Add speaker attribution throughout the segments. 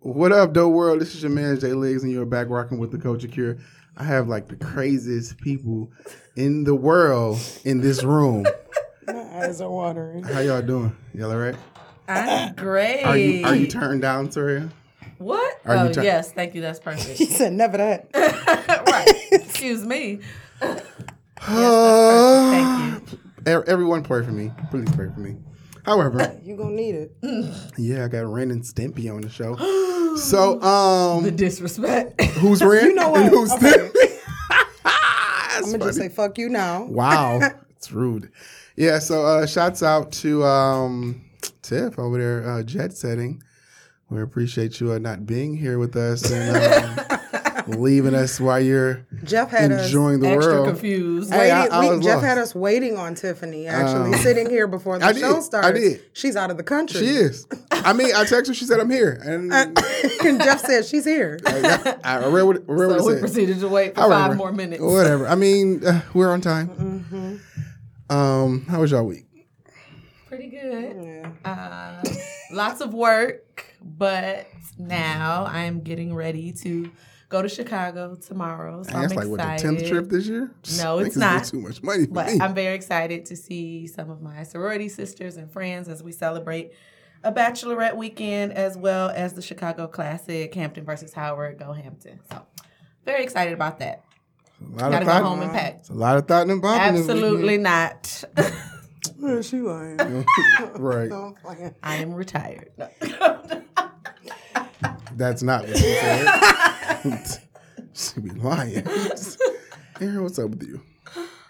Speaker 1: What up, dope world? This is your man Jay Legs, and you're back rocking with the Culture Cure. I have like the craziest people in the world in this room.
Speaker 2: My eyes are watering.
Speaker 1: How y'all doing? Y'all all right?
Speaker 3: I'm great.
Speaker 1: Are you are you turned down, Toria?
Speaker 3: what?
Speaker 1: are
Speaker 3: oh,
Speaker 1: you try-
Speaker 3: yes. Thank you. That's
Speaker 2: He
Speaker 3: perfect.
Speaker 2: said, never that.
Speaker 3: right. Excuse me. Thank you.
Speaker 1: Er- Everyone pray for me. Please pray for me. However,
Speaker 2: You're going to need it.
Speaker 1: yeah, I got Ren and Stimpy on the show. So, um,
Speaker 3: The disrespect.
Speaker 1: who's Ren?
Speaker 2: You know what?
Speaker 1: And who's
Speaker 2: Okay.
Speaker 1: Stimpy?
Speaker 2: I'm going to just say, fuck you now.
Speaker 1: Wow, it's rude. Yeah, so uh, shouts out to um, Tiff over there, uh, jet setting. We appreciate you uh, not being here with us and um, leaving us while you're
Speaker 2: Jeff had
Speaker 1: enjoying
Speaker 2: us.
Speaker 1: the
Speaker 3: Extra
Speaker 1: world.
Speaker 3: confused.
Speaker 1: Hey,
Speaker 2: Waiting,
Speaker 1: I- I
Speaker 2: we-
Speaker 1: was
Speaker 2: Jeff
Speaker 1: lost. Uh,
Speaker 2: had us waiting on Tiffany, actually, sitting here before the
Speaker 1: I did,
Speaker 2: show
Speaker 1: I
Speaker 2: started.
Speaker 1: did.
Speaker 2: She's out of the country.
Speaker 1: She is. I mean, I texted her. She said I'm here, and
Speaker 3: Uh,
Speaker 1: I,
Speaker 2: and Jeff said, she's here.
Speaker 1: I read what, read what
Speaker 3: so we
Speaker 1: it said.
Speaker 3: proceeded to wait for
Speaker 1: However,
Speaker 3: five more minutes.
Speaker 1: Whatever. I mean, uh, we're on time.
Speaker 3: Mm-hmm.
Speaker 1: Um, how was y'all week?
Speaker 3: Pretty good. Uh, lots of work, but now I'm getting ready to go to Chicago tomorrow. So
Speaker 1: That's
Speaker 3: I'm
Speaker 1: like
Speaker 3: excited.
Speaker 1: what the tenth trip this year.
Speaker 3: No,
Speaker 1: Niggas
Speaker 3: it's
Speaker 1: get
Speaker 3: not.
Speaker 1: too much money for
Speaker 3: But
Speaker 1: me.
Speaker 3: I'm very excited to see some of my sorority sisters and friends as we celebrate a bachelorette weekend as well as the Chicago Classic, Hampton versus Howard, go Hampton. So very excited about that.
Speaker 1: a lot
Speaker 3: Gotta
Speaker 1: of
Speaker 3: go
Speaker 1: thought.
Speaker 3: home and pack.
Speaker 1: It's a lot of thought and bopping. this weekend.
Speaker 3: Absolutely not.
Speaker 2: Yeah, she lying.
Speaker 1: Right.
Speaker 2: I'm playing.
Speaker 3: I am retired. No.
Speaker 1: That's not what she said. she be lying. Aaron, what's up with you?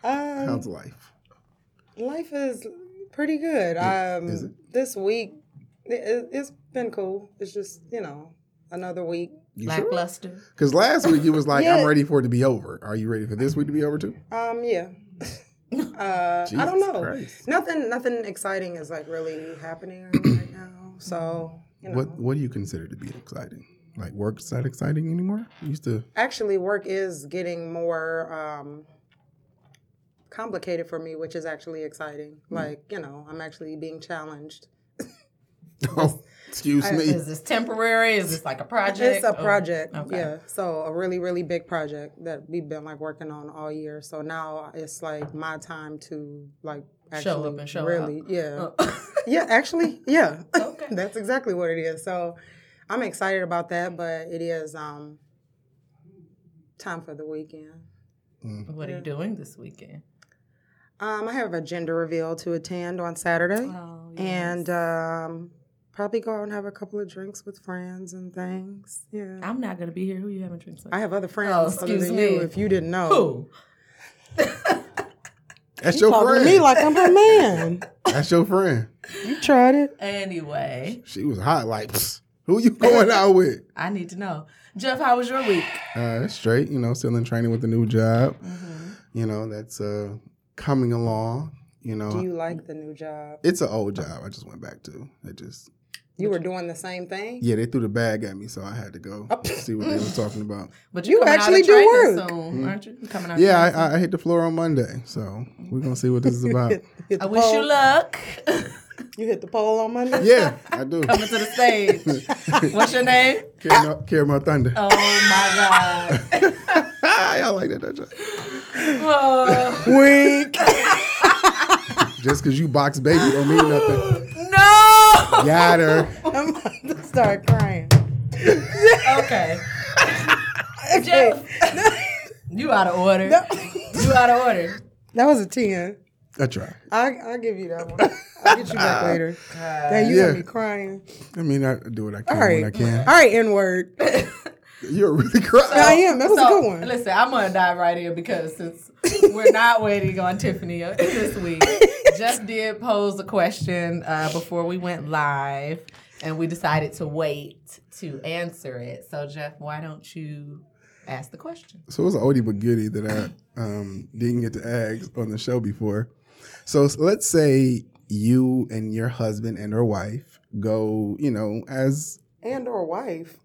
Speaker 2: Um,
Speaker 1: How's life?
Speaker 2: Life is pretty good. Um,
Speaker 1: is it?
Speaker 2: This week, it, it, it's been cool. It's just, you know, another week.
Speaker 1: You sure?
Speaker 3: Lackluster.
Speaker 1: Because last week you was like,
Speaker 2: Yeah.
Speaker 1: I'm ready for it to be over. Are you ready for this week to be over too?
Speaker 2: Um, yeah. uh, I don't
Speaker 1: Jesus
Speaker 2: know.
Speaker 1: Christ.
Speaker 2: Nothing, nothing exciting is like really happening right now. So, you know,
Speaker 1: What What do you consider to be exciting? Like work's not exciting anymore. You used to.
Speaker 2: actually, work is getting more um, complicated for me, which is actually exciting.
Speaker 1: Hmm.
Speaker 2: Like, you know, I'm actually being challenged.
Speaker 1: Oh, excuse me.
Speaker 3: Is this temporary? Is this like a project?
Speaker 2: It's a
Speaker 3: Oh,
Speaker 2: project,
Speaker 3: okay.
Speaker 2: yeah. So a really, really big project that we've been like working on all year. So now it's like my time to like actually
Speaker 3: up and show
Speaker 2: really, yeah,
Speaker 3: Oh.
Speaker 2: yeah. Actually, yeah.
Speaker 3: Okay.
Speaker 2: That's exactly what it is. So I'm excited about that, but it is um time for the weekend.
Speaker 1: Mm.
Speaker 3: what are you doing this weekend?
Speaker 2: Um, I have a gender reveal to attend on Saturday,
Speaker 3: Oh,
Speaker 2: and um, probably go out and have a couple of drinks with friends and things. Yeah.
Speaker 3: I'm not gonna be here. Who you having drinks with?
Speaker 2: uh, I have other friends
Speaker 3: Oh,
Speaker 2: other
Speaker 3: excuse
Speaker 2: than
Speaker 3: me.
Speaker 2: you if you didn't know.
Speaker 3: Who?
Speaker 1: That's your
Speaker 2: Talking to
Speaker 1: friend.
Speaker 2: me like I'm her man.
Speaker 1: That's your friend.
Speaker 2: You tried it.
Speaker 3: Anyway,
Speaker 1: She was hot. Like, psst, who you going out with?
Speaker 3: I need to know. Jeff, how was your week?
Speaker 1: Uh, it's straight, you know, still in training with a new job.
Speaker 2: Mm-hmm.
Speaker 1: You know, that's uh, coming along. You know,
Speaker 2: Do you like the new job?
Speaker 1: it's an old job. I just went back to. I just
Speaker 2: You were doing the same thing.
Speaker 1: yeah, they threw the bag at me, so I had to go
Speaker 2: Oh.
Speaker 1: see what they were talking about.
Speaker 3: But
Speaker 2: You
Speaker 3: coming out of
Speaker 2: actually do
Speaker 3: training
Speaker 2: work.
Speaker 3: soon, aren't you? You Coming out.
Speaker 1: Yeah, I, I hit the floor on Monday, so we're gonna see what this is about.
Speaker 2: Hit
Speaker 3: I,
Speaker 2: the
Speaker 3: wish
Speaker 2: pole.
Speaker 3: you luck.
Speaker 2: You hit the pole on Monday.
Speaker 1: Yeah, I do.
Speaker 3: Coming to the stage. What's your name?
Speaker 1: Care my, Care My thunder. Ah,
Speaker 3: Oh my god.
Speaker 1: Y'all like that, don't you?
Speaker 3: Oh,
Speaker 2: Wink.
Speaker 1: Just because you box baby don't mean nothing.
Speaker 3: no.
Speaker 1: Got her.
Speaker 2: I'm about to start crying.
Speaker 3: Okay. Jeff, you out of order. You out of order.
Speaker 2: That was a ten.
Speaker 1: I try.
Speaker 2: I I'll give you that one. I'll get you back later. Dang, you
Speaker 1: Yeah.
Speaker 2: had me crying.
Speaker 1: I mean, I do what I can
Speaker 2: All right.
Speaker 1: when I can.
Speaker 2: All right, N word. I
Speaker 1: You're really crying.
Speaker 2: am. That was a
Speaker 3: So,
Speaker 2: good one.
Speaker 3: Listen, I'm gonna dive right in because since we're not waiting on Tiffany this week, just did pose a question uh, before we went live, and we decided to wait to answer it. So Jeff, why don't you ask the question?
Speaker 1: So it was an oldie but goodie that I um, didn't get to ask on the show before. So s- let's say you and your husband and or wife go, you know, as
Speaker 2: And or wife.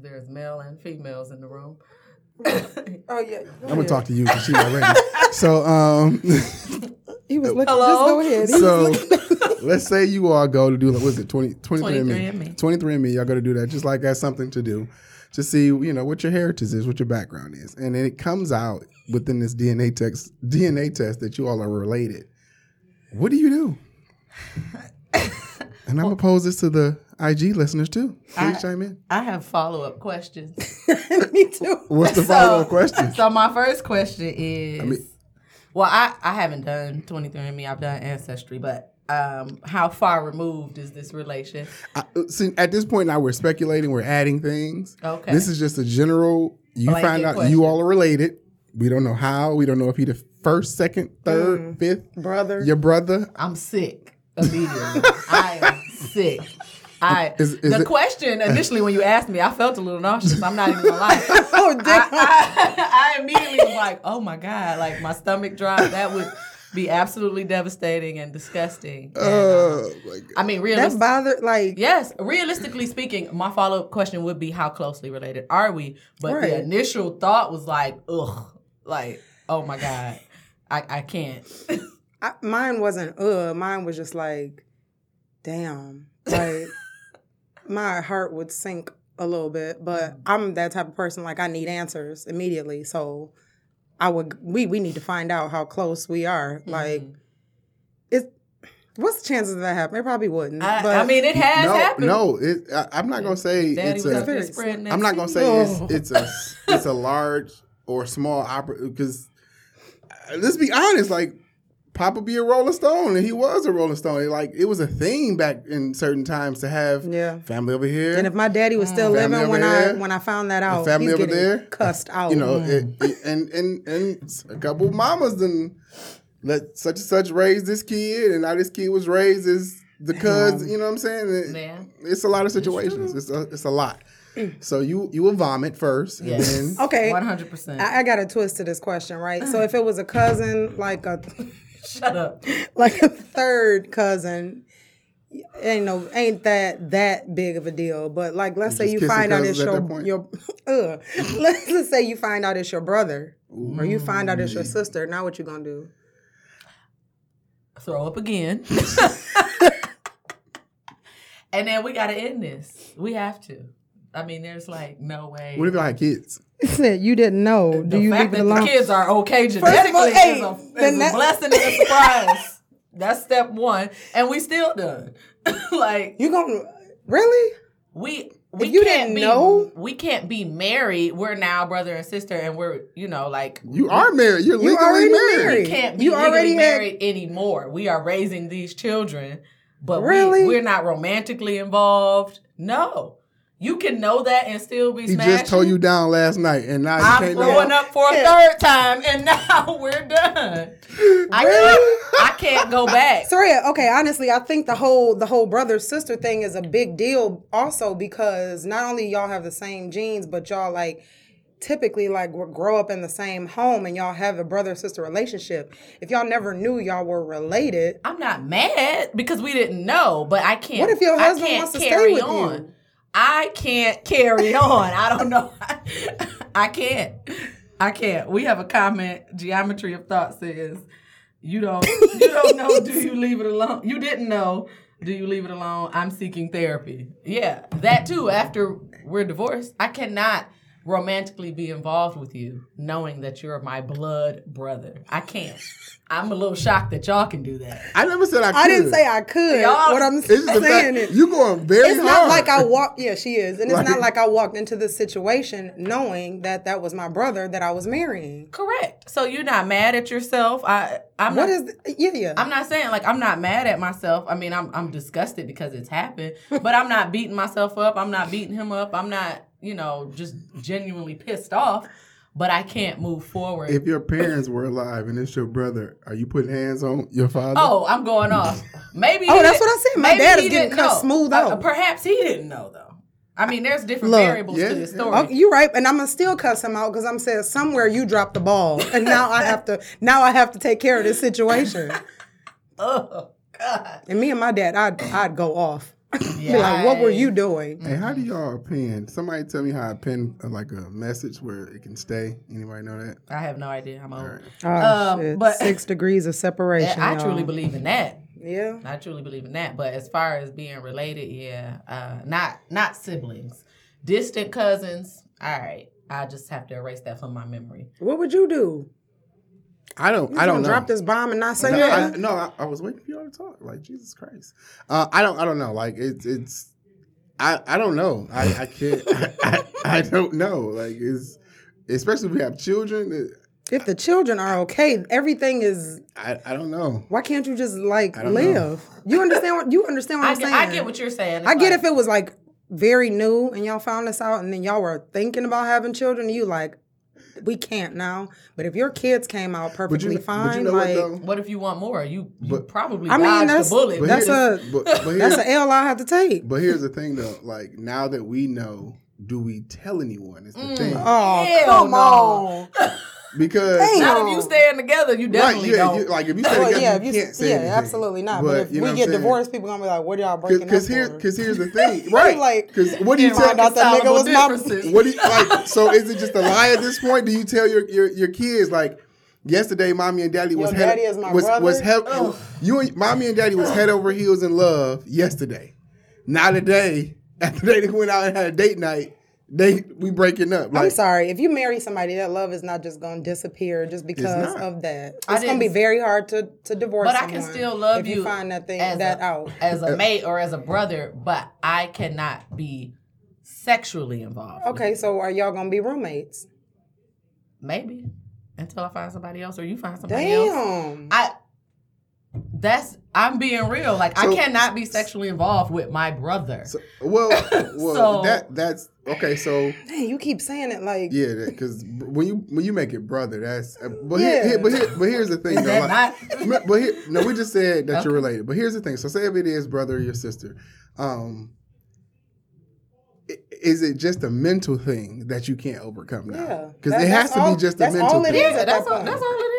Speaker 3: There's male and females in the room.
Speaker 2: Oh yeah.
Speaker 1: I'm gonna talk to you because she not ready. So um,
Speaker 2: He was looking. Just go
Speaker 3: Hello?
Speaker 2: ahead. He
Speaker 1: so
Speaker 2: was looking.
Speaker 1: Let's say you all go to do like, what's it 20, 23
Speaker 3: 23andMe.
Speaker 1: and 23 and me. Y'all go to do that just like that's something to do to see you know what your heritage is, what your background is, and it comes out within this DNA text DNA test that you all are related. What do you do? And I'm gonna pose this to the IG listeners too. Please chime in.
Speaker 3: I have follow up questions.
Speaker 2: Me too.
Speaker 1: What's the follow up question?
Speaker 3: So my first question is, well, I, I haven't done 23andMe. I've done Ancestry, but um, how far removed is this relation?
Speaker 1: I, uh, see, at this point now we're speculating, we're adding things.
Speaker 3: Okay.
Speaker 1: This is just a general. You
Speaker 3: Blanket
Speaker 1: find out
Speaker 3: question.
Speaker 1: you all are related. We don't know how. We don't know if he the first, second, third, fifth
Speaker 2: Brother.
Speaker 1: Your brother.
Speaker 3: I'm sick immediately. I am sick. I
Speaker 1: Is- is
Speaker 3: the
Speaker 1: it-
Speaker 3: question initially when you asked me, I felt a little nauseous. I'm not even gonna lie.
Speaker 2: Oh, damn.
Speaker 3: I, I immediately was like, oh my God, like my stomach dropped. That would be absolutely devastating and disgusting. And, uh,
Speaker 1: Oh my God.
Speaker 3: I mean,
Speaker 2: that
Speaker 3: realistically,
Speaker 2: bothered, like,
Speaker 3: yes, realistically speaking, my follow up question would be how closely related are we? But
Speaker 2: Right.
Speaker 3: the initial thought was like, ugh, like, oh my God, I, I can't.
Speaker 2: I, mine wasn't, uh, mine was just like, damn. Like, my heart would sink a little bit,
Speaker 3: Mm.
Speaker 2: but I'm that type of person, like, I need answers immediately. So I would, we, we need to find out how close we are.
Speaker 3: Mm-hmm.
Speaker 2: Like, it, what's the chances of that happening? It probably wouldn't.
Speaker 3: I,
Speaker 2: but
Speaker 3: I mean, it has
Speaker 1: no,
Speaker 3: happened.
Speaker 1: no. It, I, I'm not gonna say
Speaker 3: Daddy
Speaker 1: it's
Speaker 3: was
Speaker 1: a.
Speaker 3: out there
Speaker 2: Very
Speaker 3: spreading that
Speaker 1: am not gonna
Speaker 3: seed.
Speaker 1: say it's,
Speaker 2: Oh.
Speaker 1: it's a it's a large or small opera because let's be honest, like Papa be a Rolling Stone and he was a Rolling Stone. Like it was a thing back in certain times to have
Speaker 2: Yeah.
Speaker 1: family over here
Speaker 2: and if my daddy was
Speaker 3: mm.
Speaker 2: still
Speaker 1: Family
Speaker 2: living
Speaker 1: over
Speaker 2: when
Speaker 1: there.
Speaker 2: I when I found that out,
Speaker 1: family
Speaker 2: he's
Speaker 1: over
Speaker 2: getting
Speaker 1: there.
Speaker 2: cussed out.
Speaker 1: you know, it, it- and and and a couple mamas then let such and such raise this kid, and now this kid was raised as the cuz. You know what I'm saying? It-
Speaker 3: Man.
Speaker 1: It's a lot of situations. It's a, it's a lot. So you you will vomit first, and
Speaker 3: Yes.
Speaker 1: then
Speaker 2: Mm. okay,
Speaker 3: 100%.
Speaker 2: I, I got a twist to this question, right? So if it was a cousin, like a
Speaker 3: Shut up.
Speaker 2: like a third cousin, ain't no ain't that that big of a deal. But like, let's say
Speaker 1: just
Speaker 2: you
Speaker 1: kissing
Speaker 2: find out it's
Speaker 1: cousins at that
Speaker 2: your
Speaker 1: point?
Speaker 2: your ugh. let's just say you find out it's your brother, or you find out it's your sister. Now what you gonna do?
Speaker 3: Throw up again. and then we got to end this. We have to. I mean, there's like no way.
Speaker 1: what if y'all had kids?
Speaker 2: Said you didn't know. Do
Speaker 3: the fact that the kids are okay
Speaker 2: of all,
Speaker 3: genetically
Speaker 2: hey,
Speaker 3: is a,
Speaker 2: then
Speaker 3: is a
Speaker 2: that-
Speaker 3: blessing and a surprise. That's step one. And we still done. like,
Speaker 2: You gonna really?
Speaker 3: we. We
Speaker 2: you
Speaker 3: can't
Speaker 2: didn't
Speaker 3: be,
Speaker 2: know?
Speaker 3: We can't be married. We're now brother and sister, and we're you know like
Speaker 1: You are married. You're legally
Speaker 2: already
Speaker 1: married.
Speaker 2: married.
Speaker 3: can't be
Speaker 2: You
Speaker 3: legally
Speaker 2: already had-
Speaker 3: married anymore. We are raising these children, but
Speaker 2: Really?
Speaker 3: we, are not romantically involved. No, you can know that and still be
Speaker 1: He
Speaker 3: smashing.
Speaker 1: just tore you down last night, and now you
Speaker 3: I'm
Speaker 1: can't.
Speaker 3: blowing up for a third time, and now we're done. I can't, I can't go back.
Speaker 2: So yeah, okay. Honestly, I think the whole the whole brother sister thing is a big deal also because not only y'all have the same genes, but y'all like typically like w- grow up in the same home and y'all have a brother sister relationship. If y'all never knew y'all were related,
Speaker 3: I'm not mad because we didn't know, but I can't.
Speaker 2: What if your
Speaker 3: I
Speaker 2: husband
Speaker 3: can't
Speaker 2: wants to stay
Speaker 3: carry
Speaker 2: with you?
Speaker 3: on. I can't carry on. I don't know. I can't. I can't. We have a comment. Geometry of thought says, "You don't. You don't know. Do you leave it alone? You didn't know. Do you leave it alone? I'm seeking therapy. Yeah, that too. After we're divorced, I cannot." Romantically be involved with you, knowing that you're my blood brother. I can't. I'm a little shocked that y'all can do that.
Speaker 1: I never said I. Could.
Speaker 2: I didn't say I could.
Speaker 3: Y'all-
Speaker 2: what I'm
Speaker 1: It's just the
Speaker 2: saying
Speaker 1: fact
Speaker 2: is
Speaker 1: you going very
Speaker 2: it's
Speaker 1: hard.
Speaker 2: not like I walked. Yeah, she is, and it's
Speaker 1: Like-
Speaker 2: not like I walked into this situation knowing that that was my brother that I was marrying.
Speaker 3: Correct. So you're not mad at yourself. I I'm
Speaker 2: What
Speaker 3: not
Speaker 2: is? th- Yeah, yeah.
Speaker 3: I'm not saying like I'm not mad at myself. I mean I'm I'm disgusted because it's happened, but I'm not beating myself up. I'm not beating him up. I'm not, you know, just genuinely pissed off, but I can't move forward.
Speaker 1: If your parents were alive and it's your brother, are you putting hands on your father?
Speaker 3: oh, I'm going off. Maybe
Speaker 2: Oh,
Speaker 3: he
Speaker 2: that's
Speaker 3: did-
Speaker 2: what I said. My
Speaker 3: maybe
Speaker 2: dad
Speaker 3: he
Speaker 2: is getting
Speaker 3: didn't
Speaker 2: cut
Speaker 3: know.
Speaker 2: smooth
Speaker 3: Uh,
Speaker 2: out.
Speaker 3: perhaps he didn't know though. I mean, there's different
Speaker 2: Look,
Speaker 3: variables
Speaker 1: yeah,
Speaker 3: to this
Speaker 1: yeah.
Speaker 3: story.
Speaker 2: Okay, you're Oh, right, and I'm gonna still cuss him out because I'm saying somewhere you dropped the ball, and now I have to now I have to take care of this situation.
Speaker 3: Oh God.
Speaker 2: And me and my dad, I'd I'd go off. Be
Speaker 3: Yeah.
Speaker 2: like, what were you doing?
Speaker 1: Hey, how do y'all pin? Somebody tell me how I pin uh, like a message where it can stay. Anybody know that?
Speaker 3: I have no idea. I'm old.
Speaker 2: Oh,
Speaker 3: Um,
Speaker 2: shit.
Speaker 3: but-
Speaker 2: six degrees of separation.
Speaker 3: I
Speaker 2: y'all.
Speaker 3: truly believe in that.
Speaker 2: Yeah.
Speaker 3: I truly believe in that. But as far as being related, yeah, uh, not not siblings, distant cousins. All right, I just have to erase that from my memory.
Speaker 2: What would you do?
Speaker 1: I don't.
Speaker 2: You
Speaker 1: I don't know.
Speaker 2: gonna drop this bomb and not say
Speaker 1: No, I,
Speaker 2: nothing?
Speaker 1: no, I, I was waiting for y'all to talk. Like Jesus Christ, uh, I don't. I don't know. Like it's. It's. I. I don't know. I. I can't. I, I, I don't know. Like it's. Especially if we have children. It,
Speaker 2: If the children are okay, everything is.
Speaker 1: I. I don't know.
Speaker 2: Why can't you just like
Speaker 1: I don't
Speaker 2: live? You understand what you understand what
Speaker 3: I
Speaker 2: am
Speaker 3: get,
Speaker 2: saying?
Speaker 3: I get what you're saying. It's
Speaker 2: I get
Speaker 3: like,
Speaker 2: if it was like very new and y'all found this out and then y'all were thinking about having children. You like, we can't now. But if your kids came out
Speaker 1: But you.
Speaker 2: perfectly fine,
Speaker 1: but you know
Speaker 2: like
Speaker 1: what though.
Speaker 3: What if you want more? You, you
Speaker 1: But-
Speaker 3: probably
Speaker 2: I mean,
Speaker 3: dodged
Speaker 2: that's-
Speaker 3: the bullet.
Speaker 1: But
Speaker 2: that's
Speaker 1: here's-
Speaker 2: a
Speaker 1: But, but here's,
Speaker 2: that's an L I have to take.
Speaker 1: But here's the thing though. Like now that we know, do we tell anyone? Is the thing
Speaker 2: Oh
Speaker 3: Hell
Speaker 2: come
Speaker 3: no.
Speaker 2: on!
Speaker 1: because.
Speaker 2: Damn.
Speaker 3: not if you staying together. You definitely
Speaker 1: right, yeah,
Speaker 3: don't.
Speaker 1: you, like if you say
Speaker 2: Well,
Speaker 1: that,
Speaker 2: yeah,
Speaker 1: you
Speaker 2: if you-
Speaker 1: can't say
Speaker 2: yeah,
Speaker 1: anything.
Speaker 2: absolutely not. But, if
Speaker 1: you know
Speaker 2: we
Speaker 1: what
Speaker 2: get
Speaker 1: I'm saying?
Speaker 2: divorced, people gonna be like, "What are y'all breaking
Speaker 1: Because
Speaker 2: up
Speaker 1: here's
Speaker 2: for?"
Speaker 1: because here's the thing, right?
Speaker 2: Like,
Speaker 1: because what do you tell?
Speaker 2: out that nigga was my-
Speaker 3: Irreconcilable
Speaker 1: What do you like? So is it just a lie at this point? Do you tell your your, your kids like? Yesterday, mommy and daddy was
Speaker 2: Your
Speaker 1: head
Speaker 2: daddy is my
Speaker 1: was was
Speaker 2: brother?
Speaker 1: he- you and mommy and daddy was head over heels in love yesterday. Now today, after they went out and had a date night, they we breaking up.
Speaker 2: I'm
Speaker 1: Like,
Speaker 2: sorry. If you marry somebody, that love is not just gonna disappear just because
Speaker 1: not.
Speaker 2: of that.
Speaker 3: I
Speaker 2: It's gonna be
Speaker 3: didn't-
Speaker 2: very hard to to divorce.
Speaker 3: But I can
Speaker 2: someone
Speaker 3: still love
Speaker 2: if
Speaker 3: you
Speaker 2: find that thing
Speaker 3: as
Speaker 2: that
Speaker 3: a-
Speaker 2: out.
Speaker 3: as
Speaker 1: uh,
Speaker 3: a mate or as a brother, but I cannot be sexually involved. with
Speaker 2: Okay, so are y'all gonna be roommates?
Speaker 3: Maybe until I find somebody else, or you find somebody else.
Speaker 2: Damn.
Speaker 3: I. That's I'm being real. Like
Speaker 1: So-
Speaker 3: I cannot be sexually involved with my brother.
Speaker 1: so- well, well,
Speaker 3: So-
Speaker 1: that that's okay. So
Speaker 2: Dang, you keep saying it like
Speaker 1: yeah, because when you when you make it brother, that's uh, but here,
Speaker 2: Yeah.
Speaker 1: here- but here, but here's the thing
Speaker 3: Is
Speaker 1: though. like-
Speaker 3: that not?
Speaker 1: No, but here, no, we just said that you're related. But here's the thing. So say if it is brother or your sister, um, i- is it just a mental thing that you can't overcome
Speaker 2: Yeah.
Speaker 1: now? Because
Speaker 2: That-
Speaker 1: it has
Speaker 2: that's
Speaker 1: to
Speaker 2: all-
Speaker 1: be just a
Speaker 2: that's
Speaker 1: mental
Speaker 2: all it
Speaker 1: thing.
Speaker 2: is.
Speaker 3: Yeah, that's
Speaker 2: that
Speaker 3: all, that's all it is.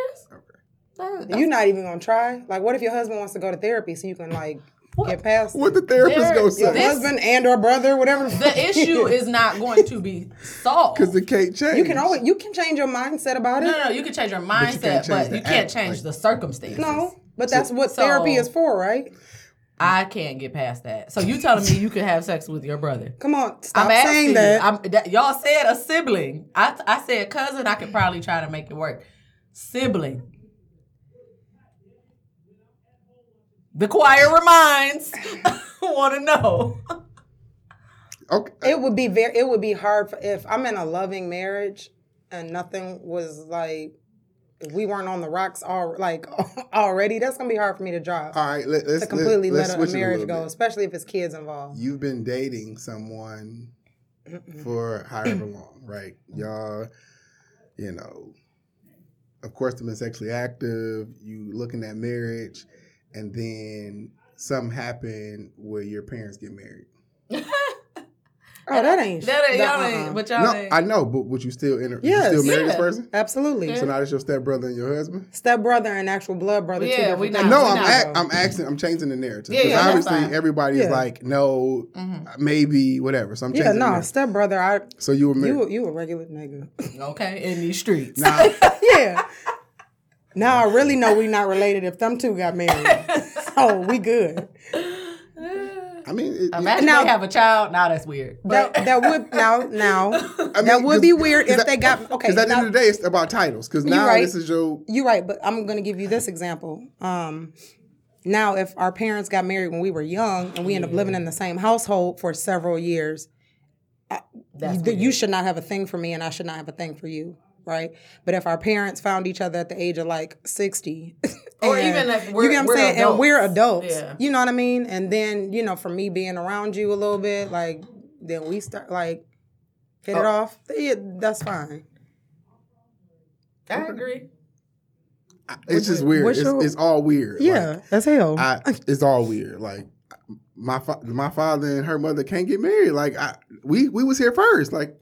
Speaker 3: That- that's-
Speaker 2: you're not even gonna try. Like, what if your husband wants to go to therapy so you can like get past
Speaker 1: What the therapist
Speaker 3: There-
Speaker 1: gonna
Speaker 2: your
Speaker 1: say?
Speaker 3: this-
Speaker 2: husband and or brother, whatever.
Speaker 3: the issue is not going to be solved.
Speaker 1: Because it can't change.
Speaker 2: you can always you can change your mindset about
Speaker 3: no,
Speaker 2: it.
Speaker 3: no, no, you can change your
Speaker 1: you can't
Speaker 3: mindset,
Speaker 1: change
Speaker 3: but
Speaker 1: the
Speaker 3: you can't
Speaker 1: act,
Speaker 3: change
Speaker 1: like-
Speaker 3: the circumstances.
Speaker 2: No, but that's what
Speaker 3: so-
Speaker 2: therapy is for, right?
Speaker 3: I can't get past that. So you telling me you could have sex with your brother?
Speaker 2: Come on, stop
Speaker 3: I'm asking
Speaker 2: saying
Speaker 3: you.
Speaker 2: that.
Speaker 3: I'm, that. Y'all said a sibling. I, I said cousin. I could probably try to make it work. Sibling. The choir reminds. Want to know?
Speaker 1: Okay.
Speaker 2: it would be very it would be hard for, if I'm in a loving marriage and nothing was like if we weren't on the rocks all like already. That's gonna be hard for me to drop
Speaker 1: All right. Let, let's
Speaker 2: to completely
Speaker 1: let, us
Speaker 2: let, a-
Speaker 1: switch
Speaker 2: a
Speaker 1: it
Speaker 2: marriage
Speaker 1: little
Speaker 2: go,
Speaker 1: bit.
Speaker 2: especially if it's kids involved.
Speaker 1: You've been dating someone for however long, right? Y'all, you know, of course, they've been sexually active. You looking at marriage, and then something happened where your parents get married.
Speaker 2: Oh, that ain't
Speaker 3: That
Speaker 2: that-
Speaker 3: ain't, y'all
Speaker 2: uh-uh.
Speaker 3: ain't. But y'all
Speaker 1: No,
Speaker 3: ain't.
Speaker 1: I know, but would you still enter?
Speaker 2: Yes.
Speaker 1: you still marry this
Speaker 3: Yeah.
Speaker 1: person?
Speaker 2: absolutely
Speaker 1: So now it's your stepbrother and your husband.
Speaker 2: step brother and actual blood brother. two
Speaker 3: Yeah,
Speaker 2: different
Speaker 3: we
Speaker 2: things.
Speaker 3: not-
Speaker 1: No,
Speaker 3: we
Speaker 1: I'm
Speaker 3: not,
Speaker 1: act,
Speaker 3: though.
Speaker 1: I'm actually I'm changing the narrative
Speaker 3: Yeah,
Speaker 1: because
Speaker 3: yeah, that's
Speaker 1: obviously
Speaker 3: fine. Mm-hmm.
Speaker 1: everybody's
Speaker 2: Yeah.
Speaker 1: like no, maybe whatever. So I'm changing.
Speaker 2: Yeah,
Speaker 1: the
Speaker 2: no,
Speaker 1: narrative.
Speaker 2: step brother. I
Speaker 1: So you were married.
Speaker 2: you you a regular nigga.
Speaker 3: Okay, in these streets.
Speaker 1: Now-
Speaker 2: yeah. Now I really know we not related if them two got married. so we good.
Speaker 1: I mean, it,
Speaker 3: Imagine
Speaker 2: Now-
Speaker 3: they have a child. Now that's weird.
Speaker 2: That,
Speaker 3: But
Speaker 2: that would now now that
Speaker 1: mean,
Speaker 2: would be
Speaker 1: 'cause-
Speaker 2: weird if
Speaker 1: 'cause
Speaker 2: they
Speaker 1: that-
Speaker 2: got okay.
Speaker 1: Because at the
Speaker 2: now-
Speaker 1: end of the day, it's about titles. Because now
Speaker 2: right.
Speaker 1: this is your
Speaker 2: you're right, but I'm gonna give you this example. Um, now if our parents got married when we were young and we end up living in the same household for several years,
Speaker 3: that's
Speaker 2: you, you should not have a thing for me and I should not have a thing for you, right? But if our parents found each other at the age of like 60,
Speaker 3: Or
Speaker 2: and-
Speaker 3: even if
Speaker 2: you
Speaker 3: we're-
Speaker 2: get what I'm
Speaker 3: we're
Speaker 2: saying, and
Speaker 3: adults.
Speaker 2: we're adults,
Speaker 3: Yeah.
Speaker 2: you know what I mean? And then, you know, for me being around you a little bit, like, then we start like hit
Speaker 3: Oh.
Speaker 2: it off, yeah, that's fine.
Speaker 3: I agree.
Speaker 1: It's just weird.
Speaker 2: what's
Speaker 1: It's,
Speaker 2: your-
Speaker 1: it's all weird.
Speaker 2: Yeah, that's hell.
Speaker 1: Like, I, it's all weird. Like my fa- my father and her mother can't get married. Like I, we we was here first. Like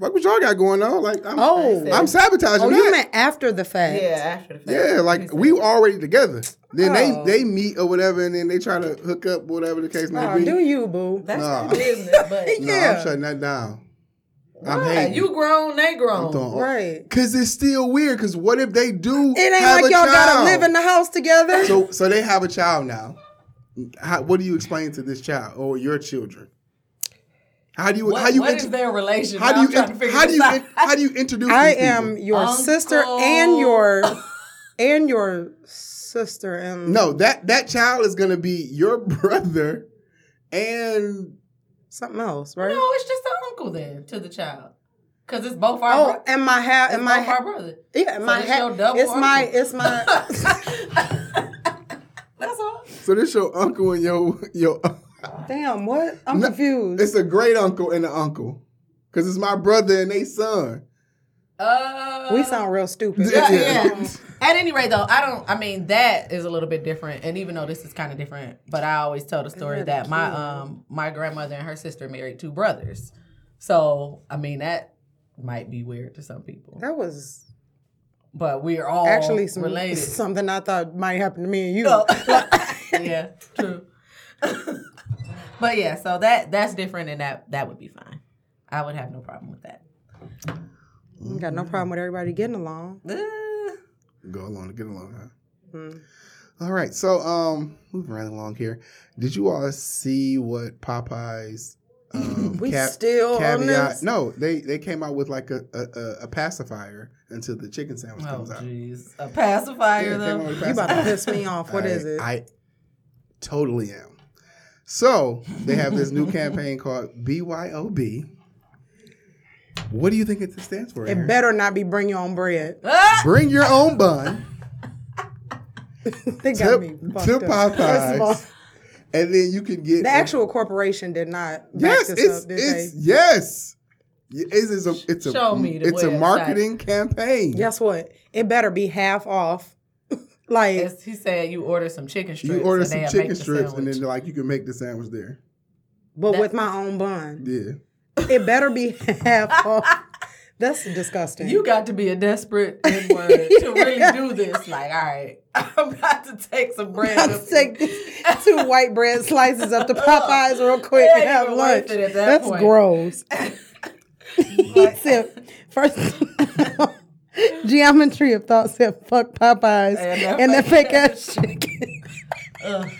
Speaker 1: fuck what y'all got going on. Like I'm,
Speaker 2: Oh.
Speaker 1: I'm sabotaging
Speaker 2: oh,
Speaker 1: that.
Speaker 2: you meant after the fact.
Speaker 3: after the fact.
Speaker 1: yeah, like we were already together. Then
Speaker 2: Oh.
Speaker 1: they they meet or whatever, and then they try to hook up, whatever the case may
Speaker 2: Oh,
Speaker 1: be.
Speaker 2: do you, boo?
Speaker 3: That's
Speaker 1: Nah.
Speaker 3: your business, but
Speaker 1: No,
Speaker 2: Yeah.
Speaker 1: I'm shutting that down. I'm
Speaker 3: Why?
Speaker 1: hating.
Speaker 3: You grown, they
Speaker 1: I'm
Speaker 3: grown.
Speaker 1: throwing all-
Speaker 2: Right.
Speaker 1: Cause it's still weird. Cause what if they do?
Speaker 2: It ain't
Speaker 1: have
Speaker 2: like
Speaker 1: a
Speaker 2: y'all gotta
Speaker 1: child?
Speaker 2: live in the house together.
Speaker 1: So, so they have a child now. How, what do you explain to this child or your children? How do you
Speaker 3: What,
Speaker 1: how you
Speaker 3: what
Speaker 1: int-
Speaker 3: is their relationship?
Speaker 1: how do
Speaker 3: I'm
Speaker 1: you
Speaker 3: trying
Speaker 1: int-
Speaker 3: to figure
Speaker 1: how do
Speaker 3: this
Speaker 1: you
Speaker 3: out.
Speaker 1: int- how do you introduce?
Speaker 2: I
Speaker 1: these people?
Speaker 2: am your sister and
Speaker 3: Uncle.
Speaker 2: your and your sister and
Speaker 1: No, that that child is gonna be your brother, and
Speaker 2: something else, right?
Speaker 3: No, it's just the uncle then to the child, because it's both our
Speaker 2: Oh,
Speaker 3: bro-
Speaker 2: and my hat,
Speaker 3: it's
Speaker 2: and my
Speaker 3: both
Speaker 2: ha-
Speaker 3: our brother.
Speaker 2: yeah, and my
Speaker 3: it's
Speaker 2: hat.
Speaker 3: your double
Speaker 2: It's my,
Speaker 3: uncle.
Speaker 2: it's my.
Speaker 3: That's all.
Speaker 1: so this your uncle and your your.
Speaker 2: Damn, what? I'm
Speaker 1: No,
Speaker 2: confused.
Speaker 1: It's a great uncle and an uncle, cause it's my brother and they son.
Speaker 3: Uh,
Speaker 2: we sound real stupid.
Speaker 1: Yeah,
Speaker 3: yeah,
Speaker 1: yeah.
Speaker 3: yeah. At any rate, though, I don't. I mean, that is a little bit different. And even though this is kind of different, but I always tell the story that my um my grandmother and her sister married two brothers. So I mean that might be weird to some people,
Speaker 2: That was
Speaker 3: but we are all
Speaker 2: actually
Speaker 3: actually
Speaker 2: some,
Speaker 3: related.
Speaker 2: something I thought might happen to me and you.
Speaker 3: So- yeah, true. but yeah, so that that's different, and that that would be fine. I would have no problem with that.
Speaker 2: I got no problem with everybody getting along.
Speaker 3: Uh,
Speaker 1: Go along, get along, huh?
Speaker 3: Hmm.
Speaker 2: Mm.
Speaker 1: All right, so um, moving right along here. Did you all see what Popeyes? Um,
Speaker 2: We
Speaker 1: ca-
Speaker 2: still on this?
Speaker 1: No, they they came out with like a a, a, a pacifier until the chicken sandwich
Speaker 3: Oh
Speaker 1: comes out.
Speaker 3: jeez, a
Speaker 1: Yeah, it
Speaker 3: pacifier
Speaker 1: came out
Speaker 3: though.
Speaker 1: with
Speaker 2: You about to
Speaker 1: pacifier.
Speaker 2: piss me off. What
Speaker 1: I,
Speaker 2: is it?
Speaker 1: I totally am. So they have this new campaign called BYOB. What do you think it stands for?
Speaker 2: it
Speaker 1: Aaron?
Speaker 2: better not be bring your own bread.
Speaker 3: Ah!
Speaker 1: Bring your own bun
Speaker 2: They
Speaker 1: to,
Speaker 2: got me
Speaker 1: to
Speaker 2: fucked up. First of all,
Speaker 1: Popeyes, and then you can get
Speaker 2: the
Speaker 1: a-
Speaker 2: actual corporation did not back
Speaker 1: Yes,
Speaker 2: this
Speaker 1: it's,
Speaker 2: up, did
Speaker 1: it's
Speaker 2: they?
Speaker 1: yes. Y- It is a it's a
Speaker 3: Show me the
Speaker 1: it's a
Speaker 3: website.
Speaker 1: marketing campaign.
Speaker 2: Guess what? It better be half off. like
Speaker 3: Yes, he said you order some chicken strips.
Speaker 1: You order
Speaker 3: and
Speaker 1: some
Speaker 3: they'll
Speaker 1: chicken
Speaker 3: make the
Speaker 1: strips and
Speaker 3: sandwich.
Speaker 1: then like you can make the sandwich there.
Speaker 2: but
Speaker 3: That-
Speaker 2: with my own bun.
Speaker 1: Yeah.
Speaker 2: It better be half off. That's disgusting.
Speaker 3: you got to be a desperate N-word to really do this. Like, all right, I'm about to take some bread.
Speaker 2: I'll
Speaker 3: with
Speaker 2: take
Speaker 3: me.
Speaker 2: these two white bread slices up to Popeyes real quick
Speaker 3: It ain't
Speaker 2: and have
Speaker 3: even
Speaker 2: lunch.
Speaker 3: worth it at that
Speaker 2: That's
Speaker 3: point.
Speaker 2: gross. he said, first of all, geometry of thought said fuck Popeyes
Speaker 3: And
Speaker 2: and, that
Speaker 3: that fake
Speaker 2: fake ass chicken.
Speaker 3: Ugh.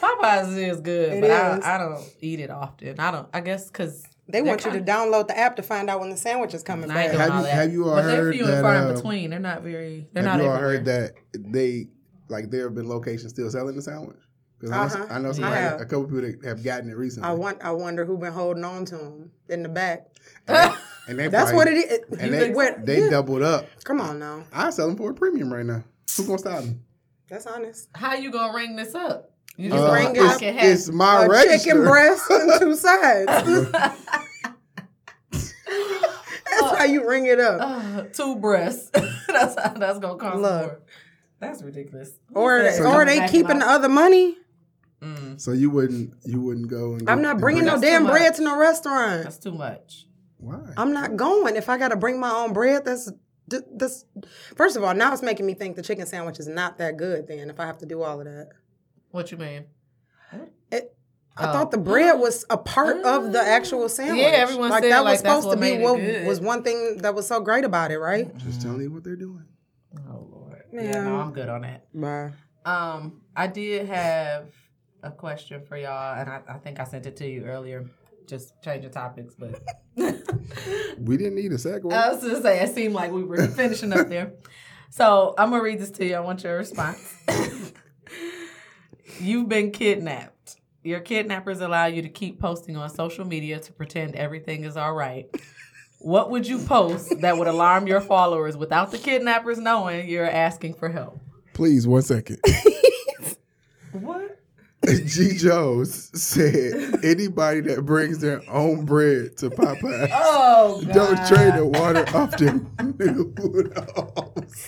Speaker 3: Popeyes is good,
Speaker 2: It
Speaker 3: but
Speaker 2: is.
Speaker 3: I, I don't eat it often. I don't. I guess because
Speaker 2: They want you to download the app to find out when the sandwich is coming
Speaker 3: I ain't
Speaker 2: back.
Speaker 3: doing
Speaker 1: Have
Speaker 3: all
Speaker 1: you-
Speaker 3: that.
Speaker 1: have you all
Speaker 3: but they're
Speaker 1: heard
Speaker 3: few
Speaker 1: that,
Speaker 3: and far
Speaker 1: uh,
Speaker 3: in between. They're not very. They're
Speaker 1: Have
Speaker 3: not
Speaker 1: you all
Speaker 3: everywhere.
Speaker 1: heard that they like there have been locations still selling the sandwich? Because
Speaker 2: Uh-huh.
Speaker 1: I know, some
Speaker 2: I have.
Speaker 1: a couple people that have gotten it recently.
Speaker 2: I want. I wonder who been holding on to them in the back.
Speaker 1: and they
Speaker 2: That's
Speaker 1: probably-
Speaker 2: what it is.
Speaker 1: And
Speaker 2: You
Speaker 1: they,
Speaker 2: think so?
Speaker 1: they
Speaker 2: Yeah.
Speaker 1: doubled up.
Speaker 2: Come on now.
Speaker 1: I sell them for a premium right now. Who's gonna stop me?
Speaker 2: That's honest.
Speaker 3: How you gonna ring this up? You
Speaker 2: Uh,
Speaker 3: bring
Speaker 2: it's-
Speaker 3: pocket half.
Speaker 1: It's my
Speaker 2: A
Speaker 1: register.
Speaker 2: chicken breast and two
Speaker 3: Uh,
Speaker 2: sides. That's how you ring it up.
Speaker 3: Ugh, Uh, two breasts. that's how that's gonna cost
Speaker 2: Look.
Speaker 3: more. That's ridiculous.
Speaker 2: Or,
Speaker 3: Who said
Speaker 2: or
Speaker 3: coming
Speaker 2: they
Speaker 3: back
Speaker 2: keeping
Speaker 3: and
Speaker 2: the
Speaker 3: all-
Speaker 2: other money.
Speaker 3: Mm,
Speaker 1: So you wouldn't you wouldn't go and
Speaker 2: I'm
Speaker 1: get-
Speaker 2: not
Speaker 1: and
Speaker 2: bringing
Speaker 1: bring-
Speaker 2: no
Speaker 3: That's
Speaker 2: damn
Speaker 3: too
Speaker 2: bread
Speaker 3: much.
Speaker 2: to no restaurant.
Speaker 3: that's too much.
Speaker 1: Why?
Speaker 2: I'm not going. If I got to bring my own bread, that's th- that's. First of all, now it's making me think the chicken sandwich is not that good. Then, if I have to do all of that,
Speaker 3: What you mean?
Speaker 2: it, I
Speaker 3: Oh. Mm.
Speaker 2: thought the bread was a part of the actual sandwich.
Speaker 3: everyone said,
Speaker 2: that
Speaker 3: like,
Speaker 2: was
Speaker 3: that's
Speaker 2: supposed
Speaker 3: what
Speaker 2: to be
Speaker 3: made it
Speaker 2: what
Speaker 3: good.
Speaker 2: was one thing that was so great about it, right?
Speaker 1: Just tell me what they're doing.
Speaker 3: Oh Lord.
Speaker 2: Yeah.
Speaker 3: Yeah, no, I'm good on that.
Speaker 2: Bye.
Speaker 3: Um, I did have a question for y'all, and I, I think I sent it to you earlier. Just changing topics, but
Speaker 1: We didn't need a segue.
Speaker 2: Uh,
Speaker 3: I was just saying, it seemed like we were finishing up there. So I'm gonna read this to you. I want your response. You've been kidnapped. Your kidnappers allow you to keep posting on social media to pretend everything is all right. What would you post that would alarm your followers without the kidnappers knowing you're asking for help?
Speaker 1: Please, one second.
Speaker 3: What?
Speaker 1: G. Joe's said anybody that brings their own bread to Popeye
Speaker 3: Oh, God.
Speaker 1: don't trade the water off their noodles.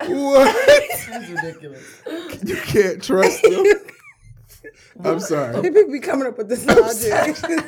Speaker 1: what?
Speaker 3: That's ridiculous.
Speaker 1: You can't trust them. I'm sorry.
Speaker 2: People be coming up with this logic.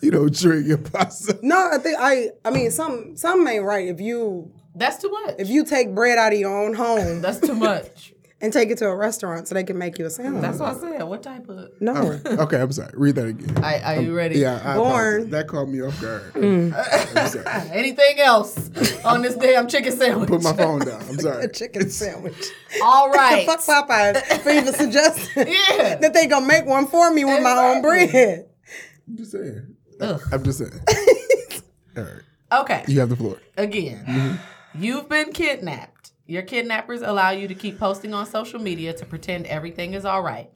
Speaker 1: You don't drink your pasta.
Speaker 2: no, I think I. I mean, some some ain't right. If you
Speaker 3: That's too much.
Speaker 2: if you take bread out of your own home,
Speaker 3: That's too much.
Speaker 2: and take it to a restaurant so they can make you a sandwich.
Speaker 3: That's what I said. What type of?
Speaker 2: no.
Speaker 1: All right. Okay, I'm sorry. Read that again.
Speaker 3: Are, are you ready?
Speaker 1: Yeah, I
Speaker 2: Born.
Speaker 1: apologize. That caught me off guard.
Speaker 3: Mm.
Speaker 1: I'm sorry.
Speaker 3: Anything else on this damn chicken sandwich?
Speaker 1: Put my phone down. I'm sorry.
Speaker 2: A chicken sandwich.
Speaker 3: All right.
Speaker 2: Fuck Popeyes for even suggesting
Speaker 3: Yeah.
Speaker 2: that they gonna make one for me with my own bread.
Speaker 1: I'm just saying.
Speaker 3: Ugh.
Speaker 1: I'm just saying. All right.
Speaker 3: Okay.
Speaker 1: You have the floor.
Speaker 3: Again,
Speaker 1: Mm-hmm.
Speaker 3: you've been kidnapped. Your kidnappers allow you to keep posting on social media to pretend everything is all right.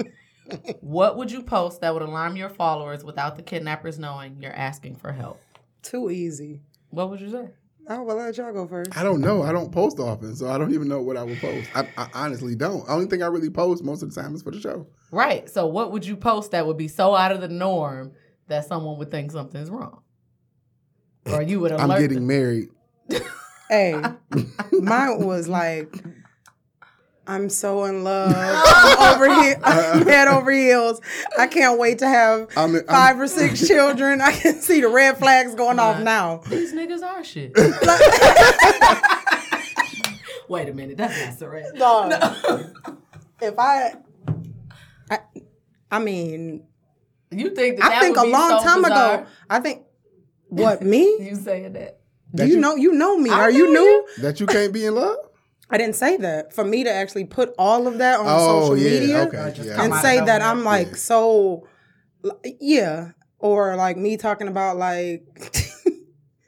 Speaker 3: what would you post that would alarm your followers without the kidnappers knowing you're asking for help?
Speaker 2: Too easy.
Speaker 3: What would you say?
Speaker 2: Oh well, let y'all go first.
Speaker 1: I don't know. I don't post often, so I don't even know what I would post. I, I honestly don't. Only thing I really post most of the time is for the show.
Speaker 3: Right. So, what would you post that would be so out of the norm that someone would think something's wrong? Or you would alert.
Speaker 1: I'm
Speaker 3: them.
Speaker 1: getting married.
Speaker 2: Hey, mine was like, I'm so in love. I'm over here. I'm head over heels. I can't wait to have
Speaker 1: I'm, I'm,
Speaker 2: 5 or six children. I can see the red flags going off now.
Speaker 3: These niggas are shit. Wait a minute. That's not surreal.
Speaker 2: Dog, If I, I, I mean,
Speaker 3: You think that,
Speaker 2: I
Speaker 3: that
Speaker 2: think
Speaker 3: would
Speaker 2: a
Speaker 3: be
Speaker 2: long
Speaker 3: so
Speaker 2: time
Speaker 3: bizarre?
Speaker 2: ago. I think what me?
Speaker 3: You saying that?
Speaker 2: Do you, know? You know me? Are
Speaker 3: know
Speaker 2: you new?
Speaker 3: you.
Speaker 1: that you can't be in love.
Speaker 2: I didn't say that. For me to actually put all of that on
Speaker 1: Oh
Speaker 2: social
Speaker 1: yeah,
Speaker 2: media,
Speaker 1: okay, yeah.
Speaker 2: and
Speaker 3: Come out
Speaker 2: say
Speaker 3: of
Speaker 2: that
Speaker 3: nowhere.
Speaker 2: I'm like so, li- yeah, or like me talking about like,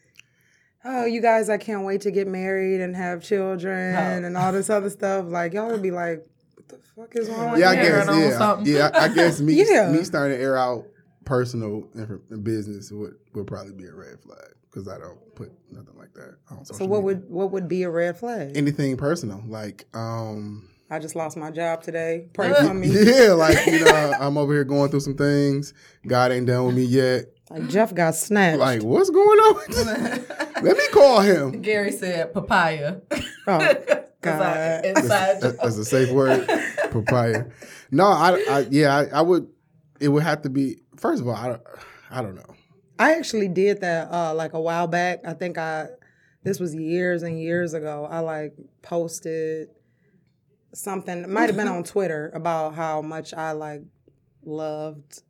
Speaker 2: oh, you guys, I can't wait to get married and have children
Speaker 3: No.
Speaker 2: and all this other stuff. Like y'all would be like, what the fuck is wrong?
Speaker 1: yeah, I
Speaker 2: with you?
Speaker 1: guess.
Speaker 3: on
Speaker 1: Yeah,
Speaker 3: something.
Speaker 1: yeah. I I guess me
Speaker 2: Yeah.
Speaker 1: me starting to air out personal inf- business would would probably be a red flag because I don't put nothing like that on social.
Speaker 2: So what
Speaker 1: media.
Speaker 2: would what would be a red flag?
Speaker 1: anything personal like um
Speaker 2: I just lost my job today. Pray
Speaker 3: Uh.
Speaker 2: for me.
Speaker 1: yeah like you know i'm over here going through some things god ain't done with me yet
Speaker 2: Like Jeff got snatched.
Speaker 1: like what's going on with this? let me call him
Speaker 3: Gary said papaya.
Speaker 2: oh,
Speaker 3: Inside-
Speaker 2: God.
Speaker 3: inside
Speaker 1: That-
Speaker 3: joke.
Speaker 1: that's a safe word papaya no i, I yeah I, I would it would have to be first of all i, don't- I don't know
Speaker 2: I actually did that uh, like a while back. I think I this was years and years ago. I like posted something. It might have been on Twitter about how much I like loved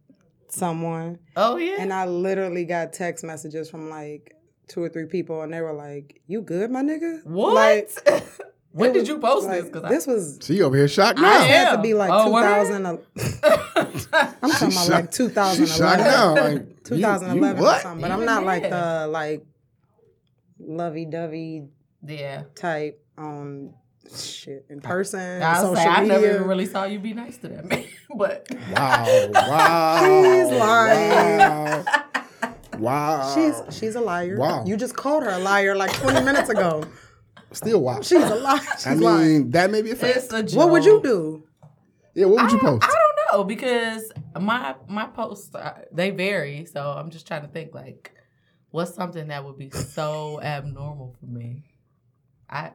Speaker 2: someone,
Speaker 3: oh yeah.
Speaker 2: and I literally got text messages from like two or three people, and they were like, "You good, my nigga?"
Speaker 3: what?
Speaker 2: Like,
Speaker 3: when
Speaker 2: it
Speaker 3: did
Speaker 2: was
Speaker 3: you post this?
Speaker 2: like,
Speaker 3: 'Cause
Speaker 2: this was.
Speaker 1: she over here shocked
Speaker 3: I
Speaker 1: now
Speaker 3: am.
Speaker 2: Had to be like
Speaker 3: Oh, word?
Speaker 2: 2000. I'm talking about like
Speaker 1: shocked. she shocked
Speaker 2: 2011.
Speaker 1: now like you- you
Speaker 2: 2011 or
Speaker 1: what?
Speaker 2: something. But I'm not like the like lovey-dovey
Speaker 3: yeah.
Speaker 2: type on shit in person.
Speaker 3: I was
Speaker 2: social
Speaker 3: like, I
Speaker 2: media.
Speaker 3: never even really saw you be nice to them. but
Speaker 1: wow wow
Speaker 2: He's lying.
Speaker 1: wow, wow.
Speaker 2: She's she's a liar.
Speaker 1: Wow.
Speaker 2: You just called her a liar like 20 minutes ago.
Speaker 1: still wow
Speaker 2: She's a liar. She's
Speaker 1: I mean, um,
Speaker 2: lying.
Speaker 1: that may be a fact.
Speaker 3: it's a joke.
Speaker 2: What would you do?
Speaker 1: Yeah, what would you post?
Speaker 3: I don't know because my my posts uh, they vary, so I'm just trying to think like what's something that would be so abnormal for me. I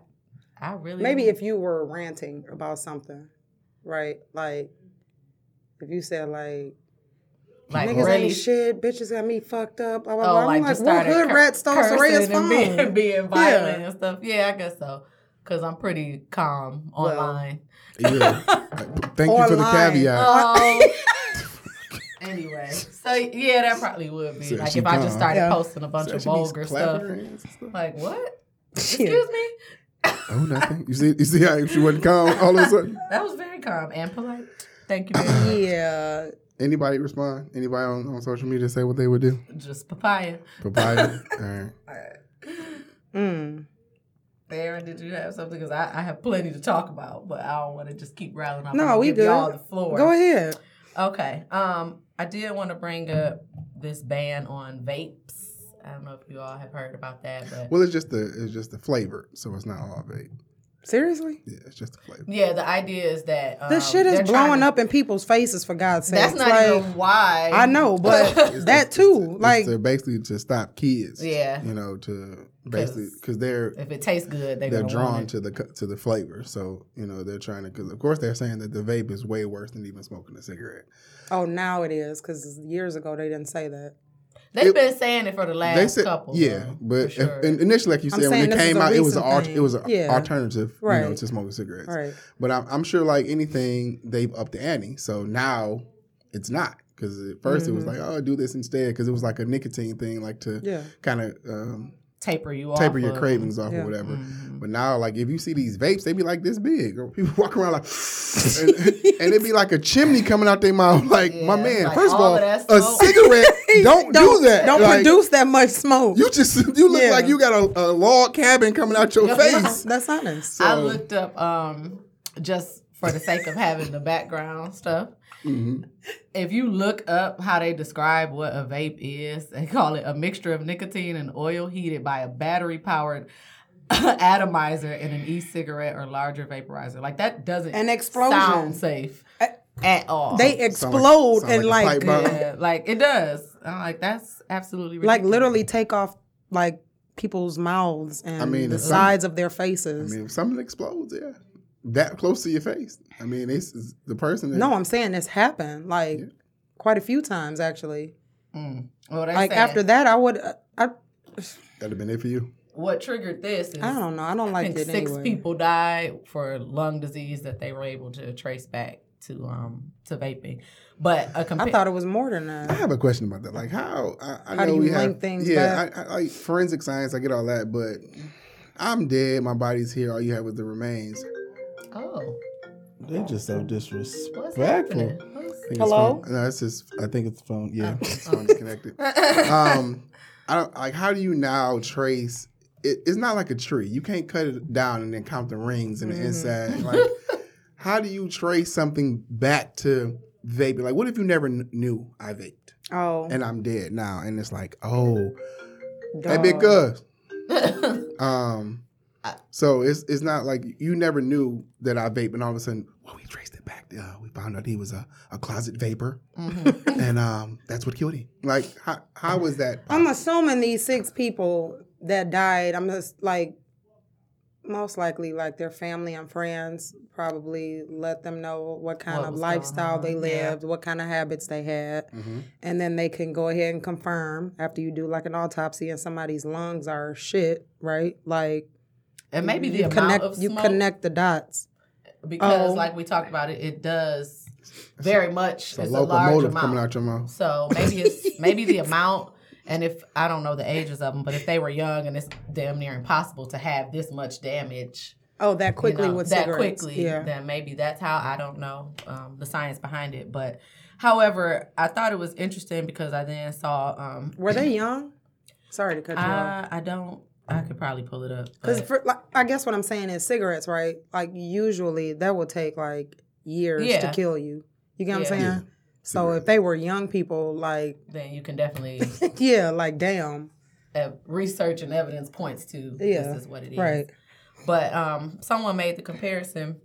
Speaker 3: I really
Speaker 2: Maybe if you were ranting about something, right? Like if you said like
Speaker 3: like
Speaker 2: niggas
Speaker 3: really
Speaker 2: ain't shit, bitches got me fucked up. Blah, blah,
Speaker 3: Oh,
Speaker 2: blah. I'm
Speaker 3: like,
Speaker 2: like,
Speaker 3: just
Speaker 2: what
Speaker 3: started
Speaker 2: hood
Speaker 3: cur-
Speaker 2: rat stole
Speaker 3: cursing
Speaker 2: Soraya's
Speaker 3: and being,
Speaker 2: phone?
Speaker 3: being violent
Speaker 2: Yeah.
Speaker 3: and stuff. Yeah, I guess so. Cause I'm pretty calm
Speaker 2: Well.
Speaker 3: online.
Speaker 1: Yeah. Like, Thank you for the
Speaker 2: Online.
Speaker 1: caveat.
Speaker 2: Uh,
Speaker 3: Oh. anyway, so yeah, that probably would be
Speaker 1: Said
Speaker 3: like
Speaker 1: she
Speaker 3: if I just
Speaker 1: calm.
Speaker 3: started
Speaker 2: Yeah.
Speaker 3: posting a bunch
Speaker 1: So
Speaker 3: of
Speaker 1: she be
Speaker 3: vulgar stuff.
Speaker 1: clapping her hands and stuff.
Speaker 3: Like what?
Speaker 2: Shit.
Speaker 3: Excuse me.
Speaker 1: Oh, nothing. You see, you see how she wasn't calm all of a sudden.
Speaker 3: That was very calm and polite. Thank you very much.
Speaker 2: Yeah.
Speaker 1: Anybody respond? Anybody on, on social media say what they would do?
Speaker 3: Just papaya.
Speaker 1: Papaya. all right.
Speaker 2: Mm.
Speaker 3: Aaron, did you have something? Because I, I have plenty to talk about, but I don't want to just keep rattling off.
Speaker 2: No,
Speaker 3: I'm gonna
Speaker 2: we
Speaker 3: give
Speaker 2: good.
Speaker 3: Y'all the floor.
Speaker 2: Go ahead.
Speaker 3: Okay. Um, I did want to bring up this ban on vapes. I don't know if you all have heard about that, but
Speaker 1: Well, it's just the it's just the flavor, so it's not all vape.
Speaker 2: Seriously?
Speaker 1: Yeah, it's just the flavor.
Speaker 3: yeah, the idea is that um,
Speaker 2: This shit
Speaker 3: they're
Speaker 2: is
Speaker 3: trying
Speaker 2: blowing
Speaker 3: to-
Speaker 2: up in people's faces for God's sake.
Speaker 3: That's not
Speaker 2: like,
Speaker 3: even why.
Speaker 2: I know, but
Speaker 1: It's-
Speaker 2: that
Speaker 1: it's-
Speaker 2: too.
Speaker 1: it's
Speaker 2: Like
Speaker 1: to basically to stop kids.
Speaker 3: Yeah.
Speaker 1: You know, to basically because they're
Speaker 3: if it tastes good, they're,
Speaker 1: they're
Speaker 3: gonna
Speaker 1: drawn
Speaker 3: want it.
Speaker 1: to the co- to the flavor. So you know they're trying to because of course they're saying that the vape is way worse than even smoking a cigarette.
Speaker 2: oh now it is, because years ago they didn't say that.
Speaker 3: They've
Speaker 1: It-
Speaker 3: been saying it for the last
Speaker 1: they said,
Speaker 3: couple.
Speaker 1: yeah,
Speaker 3: though,
Speaker 1: but
Speaker 3: for sure.
Speaker 1: if- and initially, like you
Speaker 2: I'm
Speaker 1: said, when
Speaker 2: saying
Speaker 1: it
Speaker 2: this is
Speaker 1: came
Speaker 2: a
Speaker 1: out, it was an
Speaker 2: recent
Speaker 1: alt- it
Speaker 2: thing.
Speaker 1: was an
Speaker 2: Yeah.
Speaker 1: alternative, you know,
Speaker 2: Right.
Speaker 1: to smoking cigarettes.
Speaker 2: Right.
Speaker 1: But I'm, I'm sure, like anything, they've upped the ante. So now it's not because at 1st it was
Speaker 2: Mhm.
Speaker 1: like,
Speaker 3: Mm-hmm.
Speaker 1: oh, do this instead, because it was like a nicotine thing, like to
Speaker 2: Yeah.
Speaker 1: kind of um,
Speaker 3: taper you off.
Speaker 1: taper your
Speaker 3: of-
Speaker 1: cravings off
Speaker 2: Yeah.
Speaker 1: or whatever.
Speaker 3: Mhm.
Speaker 1: But now, like, if you see these vapes, they be like this big. Or People walk around like, and, and it be like a chimney coming out their mouth. Like, my
Speaker 3: Yeah,
Speaker 1: man,
Speaker 3: like
Speaker 1: first of
Speaker 3: all
Speaker 1: all,
Speaker 3: of
Speaker 1: a
Speaker 3: that smoke.
Speaker 1: cigarette don't, do that.
Speaker 2: Don't
Speaker 1: Like,
Speaker 2: produce that much smoke.
Speaker 1: You just you look
Speaker 2: Yeah.
Speaker 1: like you got a, a log cabin coming out your
Speaker 3: Yeah.
Speaker 1: face.
Speaker 2: That's honest.
Speaker 3: I
Speaker 1: So-
Speaker 3: looked up um just for the sake of having the background stuff.
Speaker 1: Mhm.
Speaker 3: If you look up how they describe what a vape is, they call it a mixture of nicotine and oil heated by a battery powered atomizer in an e-cigarette or larger vaporizer. Like that doesn't
Speaker 2: An explosion. Uh,
Speaker 3: sound safe at all.
Speaker 2: They
Speaker 1: sound like-
Speaker 2: explode
Speaker 1: sound
Speaker 2: and
Speaker 1: like a
Speaker 2: like
Speaker 1: pipe
Speaker 2: like,
Speaker 1: bomb.
Speaker 3: yeah, like it does. I'm like that's absolutely ridiculous.
Speaker 2: literally take off like people's mouths and
Speaker 1: I mean,
Speaker 2: the
Speaker 1: it's
Speaker 2: sides of their
Speaker 1: I
Speaker 2: faces.
Speaker 1: mean, if something explodes, yeah, that close to your face. I mean, it's, it's the person. That,
Speaker 2: no, I'm saying this happened like quite a few times actually.
Speaker 3: Mm. Well, they
Speaker 2: Like
Speaker 3: said
Speaker 2: after that, I would I
Speaker 1: that'd have been it for you.
Speaker 3: what triggered this is
Speaker 2: I don't know. I don't
Speaker 3: I
Speaker 2: like
Speaker 3: think
Speaker 2: it
Speaker 3: six
Speaker 2: anyway.
Speaker 3: people died for lung disease that they were able to trace back to um to vaping. But a
Speaker 2: I
Speaker 3: compa-
Speaker 2: thought it was more than
Speaker 1: I
Speaker 2: that.
Speaker 1: have a question about that. Like, how? I, I
Speaker 2: How do
Speaker 1: know
Speaker 2: you
Speaker 1: we
Speaker 2: link
Speaker 1: have,
Speaker 2: things
Speaker 1: Yeah,
Speaker 2: back?
Speaker 1: I, I, like forensic science, I get all that, but I'm dead. My body's here. All you have is the remains.
Speaker 3: oh,
Speaker 4: They just so
Speaker 3: what's
Speaker 4: disrespectful.
Speaker 3: happening? What's-
Speaker 1: I think it's
Speaker 2: Hello? Oh.
Speaker 1: phone- No, it's just
Speaker 4: I think it's phone. Yeah.
Speaker 1: it's phone's connected. um, I don't like. How do you now trace? It, it's not like a tree. You can't cut it down and then count the rings and the inside. Like, how do you trace something back to vaping? Like, what if you never kn- knew I vaped
Speaker 2: Oh,
Speaker 1: and I'm dead now? And it's like, oh, that
Speaker 2: dog.
Speaker 1: big cuz. Um, so it's it's not like you never knew that I vape, and all of a sudden, well, we traced it back. Uh, we found out he was a, a closet vapor,
Speaker 3: Mhm.
Speaker 1: and um, that's what killed him. Like, how how was that?
Speaker 2: I'm assuming these six people that died, I'm just like, most likely, like their family and friends probably let them know what kind
Speaker 3: What
Speaker 2: of
Speaker 3: was going
Speaker 2: lifestyle they
Speaker 3: on, yeah.
Speaker 2: lived, what kind of habits they had.
Speaker 1: Mhm.
Speaker 2: And then they can go ahead and confirm after you do like an autopsy and somebody's lungs are shit, right? Like,
Speaker 3: and maybe the
Speaker 2: you
Speaker 3: amount
Speaker 2: connect,
Speaker 3: of
Speaker 2: you
Speaker 3: smoke
Speaker 2: connect the dots.
Speaker 3: because,
Speaker 2: oh.
Speaker 3: like we talked about, it it does very much. It's
Speaker 1: The
Speaker 3: a, large
Speaker 1: locomotive
Speaker 3: amount.
Speaker 1: coming out your mouth.
Speaker 3: So maybe it's maybe the amount, and if I don't know the ages of them, but if they were young and it's damn near impossible to have this much damage
Speaker 2: Oh, that
Speaker 3: you
Speaker 2: quickly
Speaker 3: know,
Speaker 2: with
Speaker 3: that
Speaker 2: cigarettes.
Speaker 3: quickly,
Speaker 2: yeah.
Speaker 3: then maybe that's how I don't know um, the science behind it. But however, I thought it was interesting because I then saw um,
Speaker 2: Were they young? Sorry to cut you off.
Speaker 3: I I don't I could probably pull it up
Speaker 2: Because
Speaker 3: Uh, but-
Speaker 2: like, I guess what I'm saying is cigarettes, right? Like usually that will take like years
Speaker 3: Yeah.
Speaker 2: to kill you. You get what I'm
Speaker 3: Yeah.
Speaker 2: saying?
Speaker 1: Yeah.
Speaker 2: So if they were young people, like
Speaker 3: then you can definitely
Speaker 2: yeah, like damn,
Speaker 3: uh, research and evidence points to
Speaker 2: Yeah,
Speaker 3: this is what it is.
Speaker 2: right?
Speaker 3: But um, someone made the comparison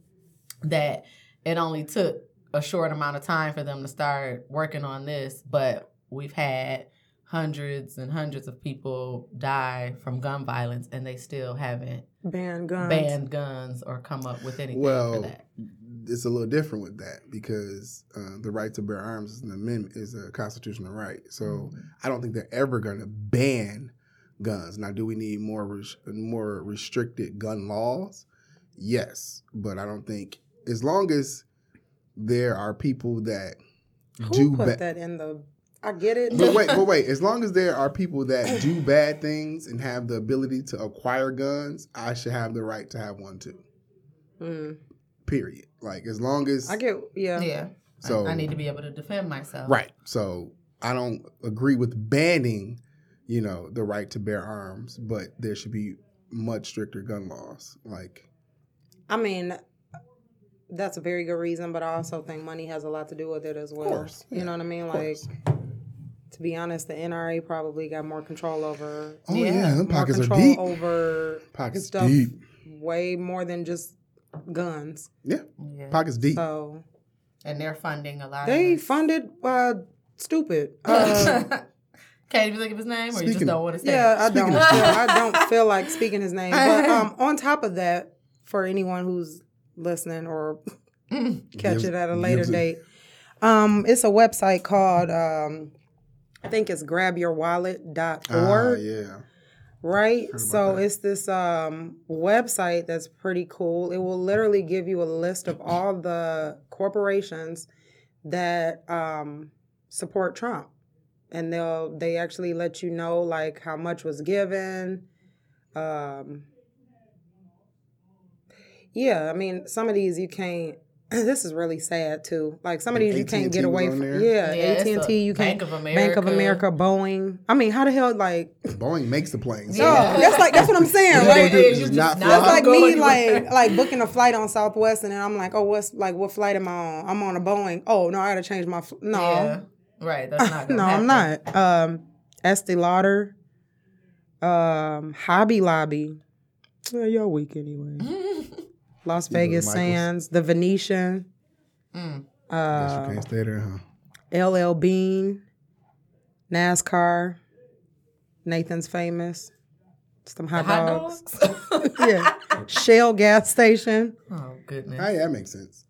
Speaker 3: that it only took a short amount of time for them to start working on this, but we've had hundreds and hundreds of people die from gun violence and they still haven't
Speaker 2: Ban guns.
Speaker 3: banned guns or come up with anything for
Speaker 1: Well,
Speaker 3: that.
Speaker 1: it's a little different with that because uh, the right to bear arms is an amendment, is a constitutional right. So
Speaker 3: Mm.
Speaker 1: I don't think they're ever going to ban guns. Now, do we need more res- more restricted gun laws? Yes, but I don't think as long as there are people that
Speaker 2: Who
Speaker 1: do
Speaker 2: put
Speaker 1: ba-
Speaker 2: that in the? I get it.
Speaker 1: but wait, but wait. As long as there are people that do bad things and have the ability to acquire guns, I should have the right to have one too.
Speaker 2: Mm,
Speaker 1: Period. Like as long as
Speaker 2: I get yeah.
Speaker 3: Yeah. I-
Speaker 1: so
Speaker 3: I, need to be able to defend myself.
Speaker 1: right. So I don't agree with banning, you know, the right to bear arms, but there should be much stricter gun laws. Like
Speaker 2: I mean, that's a very good reason, but I also think money has a lot to do with it as well.
Speaker 1: course,
Speaker 2: You know what I mean? Like. To be honest, the NRA probably got more control over
Speaker 1: oh yeah,
Speaker 3: Yeah,
Speaker 1: them
Speaker 2: more
Speaker 1: pockets are
Speaker 2: control
Speaker 1: deep.
Speaker 2: over
Speaker 1: Pockets
Speaker 2: stuff
Speaker 1: deep.
Speaker 2: way more than just guns.
Speaker 1: Yeah,
Speaker 3: Yeah.
Speaker 1: pockets deep.
Speaker 2: So
Speaker 3: And they're funding a lot
Speaker 2: they
Speaker 3: of
Speaker 2: funded uh stupid. Uh,
Speaker 3: Can't even think of his name or you just
Speaker 1: Speaking-
Speaker 3: don't want to say
Speaker 2: yeah, I
Speaker 3: it.
Speaker 2: don't
Speaker 1: Speaking
Speaker 2: feel,
Speaker 1: of-
Speaker 2: I don't feel like speaking his name. But um on top of that, for anyone who's listening or catch
Speaker 1: Gives-
Speaker 2: it at a later
Speaker 1: gives it-
Speaker 2: date, um, it's a website called um I think it's grabyourwallet.org,
Speaker 1: Ah, yeah.
Speaker 2: right?
Speaker 1: about
Speaker 2: So
Speaker 1: that.
Speaker 2: it's this um, website that's pretty cool. It will literally give you a list of all the corporations that um, support Trump. And they'll they actually let you know like how much was given. Um, yeah, I mean some of these you can't. This is really sad too. Like some of
Speaker 1: And
Speaker 2: these you can't
Speaker 1: AT&T was
Speaker 2: get away
Speaker 1: on
Speaker 2: from.
Speaker 1: there?
Speaker 3: Yeah,
Speaker 2: Yeah, AT and
Speaker 3: it's
Speaker 2: T
Speaker 3: a
Speaker 2: you can't.
Speaker 3: Bank of
Speaker 2: Bank of America, Boeing. I mean, how the hell like?
Speaker 1: Boeing makes the planes.
Speaker 3: Yeah.
Speaker 2: No, that's like that's what I'm saying.
Speaker 1: Yeah,
Speaker 2: Like,
Speaker 1: they do.
Speaker 3: you
Speaker 1: Just
Speaker 3: just
Speaker 1: not
Speaker 3: not
Speaker 1: fly.
Speaker 2: it's like
Speaker 3: go
Speaker 2: me
Speaker 3: anywhere.
Speaker 2: like like booking a flight on Southwest, and then I'm like, oh, what's like what flight am I on? I'm on a Boeing. Oh no, I gotta change my fl- no
Speaker 3: Yeah. Right. That's not gonna
Speaker 2: no, I'm
Speaker 3: happen.
Speaker 2: not. Um, Estee Lauder, um, Hobby Lobby. Yeah, y'all weak anyway. Las Vegas
Speaker 1: Michaels.
Speaker 2: Sands, The Venetian,
Speaker 3: Mm,
Speaker 1: Guess you can't stay there, huh?
Speaker 2: LL Bean, NASCAR, Nathan's Famous, some hot,
Speaker 3: Hot
Speaker 2: dogs.
Speaker 3: dogs.
Speaker 2: yeah. Shell gas station.
Speaker 3: oh goodness.
Speaker 1: Hey, Ah, that makes sense.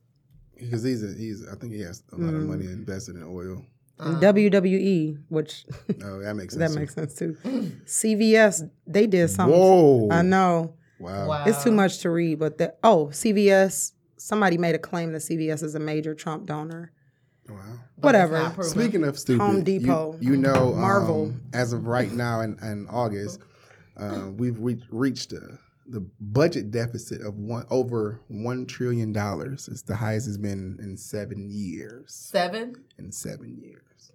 Speaker 1: Because he's a, he's I think he has a lot of money
Speaker 2: Mm.
Speaker 1: invested in oil.
Speaker 3: Uh, Uh-huh.
Speaker 2: and WWE, E, which
Speaker 1: Oh, that makes
Speaker 2: that
Speaker 1: sense.
Speaker 2: makes sense too. CVS, they did something.
Speaker 1: Whoa!
Speaker 2: I know.
Speaker 1: Wow.
Speaker 3: Wow.
Speaker 2: It's too much to read, but the oh, CVS, somebody made a claim that CVS is a major Trump donor.
Speaker 1: Wow.
Speaker 3: But it's
Speaker 2: whatever.
Speaker 3: not proven.
Speaker 1: Speaking of stupid,
Speaker 2: Home
Speaker 1: you-
Speaker 2: Depot.
Speaker 1: You, know, Marvel.
Speaker 2: Marvel.
Speaker 1: as of right now in, in August, uh, we've re- reached uh, the budget deficit of one over one trillion dollars. It's the highest it's been in seven years.
Speaker 3: Seven.
Speaker 1: In seven years.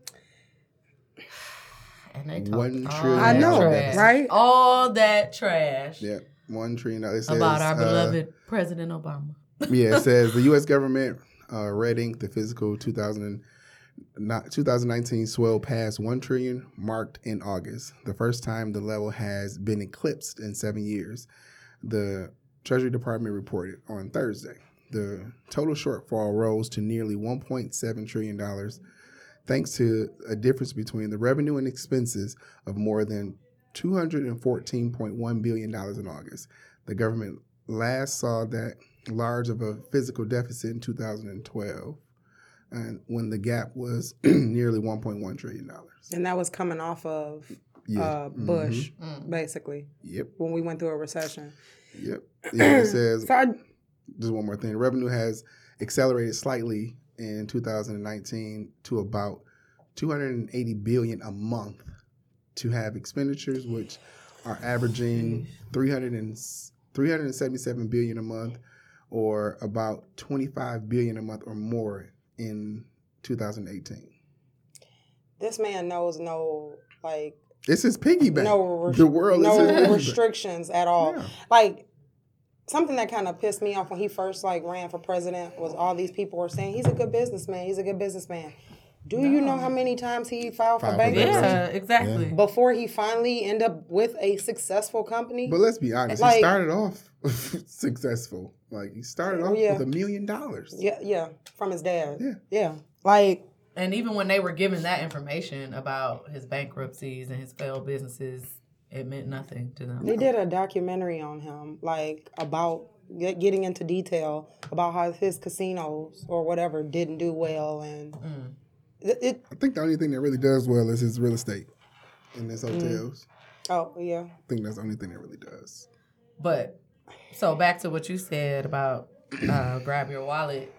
Speaker 3: And they talked
Speaker 1: One
Speaker 3: all
Speaker 1: trillion
Speaker 2: I
Speaker 3: that
Speaker 2: know,
Speaker 3: trash.
Speaker 2: right?
Speaker 3: All that trash
Speaker 1: Yeah, one trillion dollars. It
Speaker 3: about
Speaker 1: says,
Speaker 3: our
Speaker 1: uh,
Speaker 3: beloved President Obama.
Speaker 1: yeah, it says the U.S. government uh, red ink the fiscal 2000 and not 2019 swell past 1 trillion marked in August, the first time the level has been eclipsed in seven years. The Treasury Department reported on Thursday. The total shortfall rose to nearly 1.7 trillion dollars, thanks to a difference between the revenue and expenses of more than 214.1 billion dollars in August. The government last saw that large of a physical deficit in 2012, and when the gap was nearly 1.1 trillion dollars. Mm-hmm.
Speaker 2: And that was coming off of uh, Bush,
Speaker 3: Mm.
Speaker 2: basically,
Speaker 1: Yep.
Speaker 2: when we went through a recession.
Speaker 1: Yep. Yeah, it says
Speaker 2: So I,
Speaker 1: just one more thing. Revenue has accelerated slightly in 2019 to about 280 billion a month to have expenditures which are averaging 300 and, 377 billion a month or about 25 billion a month or more in 2018.
Speaker 2: this man knows no like
Speaker 1: This is piggyback.
Speaker 2: no re-
Speaker 1: the world
Speaker 2: no
Speaker 1: is his piggyback.
Speaker 2: restrictions at all.
Speaker 1: Yeah.
Speaker 2: Like something that kind of pissed me off when he first like ran for president was all these people were saying he's a good businessman. He's a good businessman. Do you know how many times he filed for
Speaker 1: Filed for
Speaker 2: bankruptcy
Speaker 3: Yeah, exactly.
Speaker 2: before he finally end up with a successful company?
Speaker 1: But let's be honest, he
Speaker 2: Like-
Speaker 1: started off successful. Like he started off
Speaker 2: Oh, Yeah.
Speaker 1: with a million dollars.
Speaker 2: Yeah, yeah, from his dad.
Speaker 1: Yeah.
Speaker 2: yeah. Like
Speaker 3: And even when they were given that information about his bankruptcies and his failed businesses, it meant nothing to them.
Speaker 2: They did a documentary on him, like about get, getting into detail about how his casinos or whatever didn't do well, and it, it.
Speaker 1: I think the only thing that really does well is his real estate and
Speaker 2: Mm.
Speaker 1: his hotels.
Speaker 2: Oh yeah,
Speaker 1: I think that's the only thing that really does.
Speaker 3: But so back to what you said about uh, grab your wallet.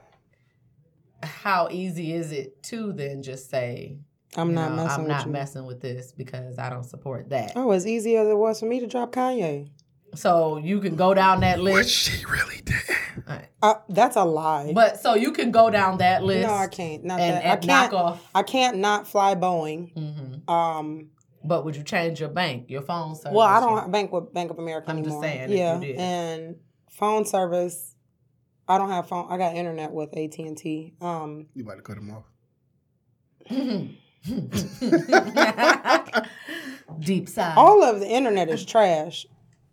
Speaker 3: How easy is it to then just say,
Speaker 2: I'm
Speaker 3: you
Speaker 2: not
Speaker 3: know,
Speaker 2: messing
Speaker 3: I'm
Speaker 2: with
Speaker 3: not
Speaker 2: you.
Speaker 3: messing with this because I don't support that.
Speaker 2: oh, as easy as it was for me to drop Kanye.
Speaker 3: So you can go down that list.
Speaker 1: She really did.
Speaker 2: Uh, that's a lie.
Speaker 3: But so you can go down that list.
Speaker 2: no, I can't. Not
Speaker 3: And-
Speaker 2: that.
Speaker 3: and
Speaker 2: I can't.
Speaker 3: knock off. mm-hmm.
Speaker 2: I can't not fly Boeing. Um.
Speaker 3: But would you change your bank, your phone service?
Speaker 2: Well, I
Speaker 3: your-
Speaker 2: don't bank with Bank of America
Speaker 3: I'm just
Speaker 2: anymore.
Speaker 3: saying if you
Speaker 2: yeah,
Speaker 3: did.
Speaker 2: and phone service. I don't have phone. I got internet with AT and T. Um.
Speaker 1: You about to cut him off.
Speaker 3: deep side.
Speaker 2: all of the internet is trash.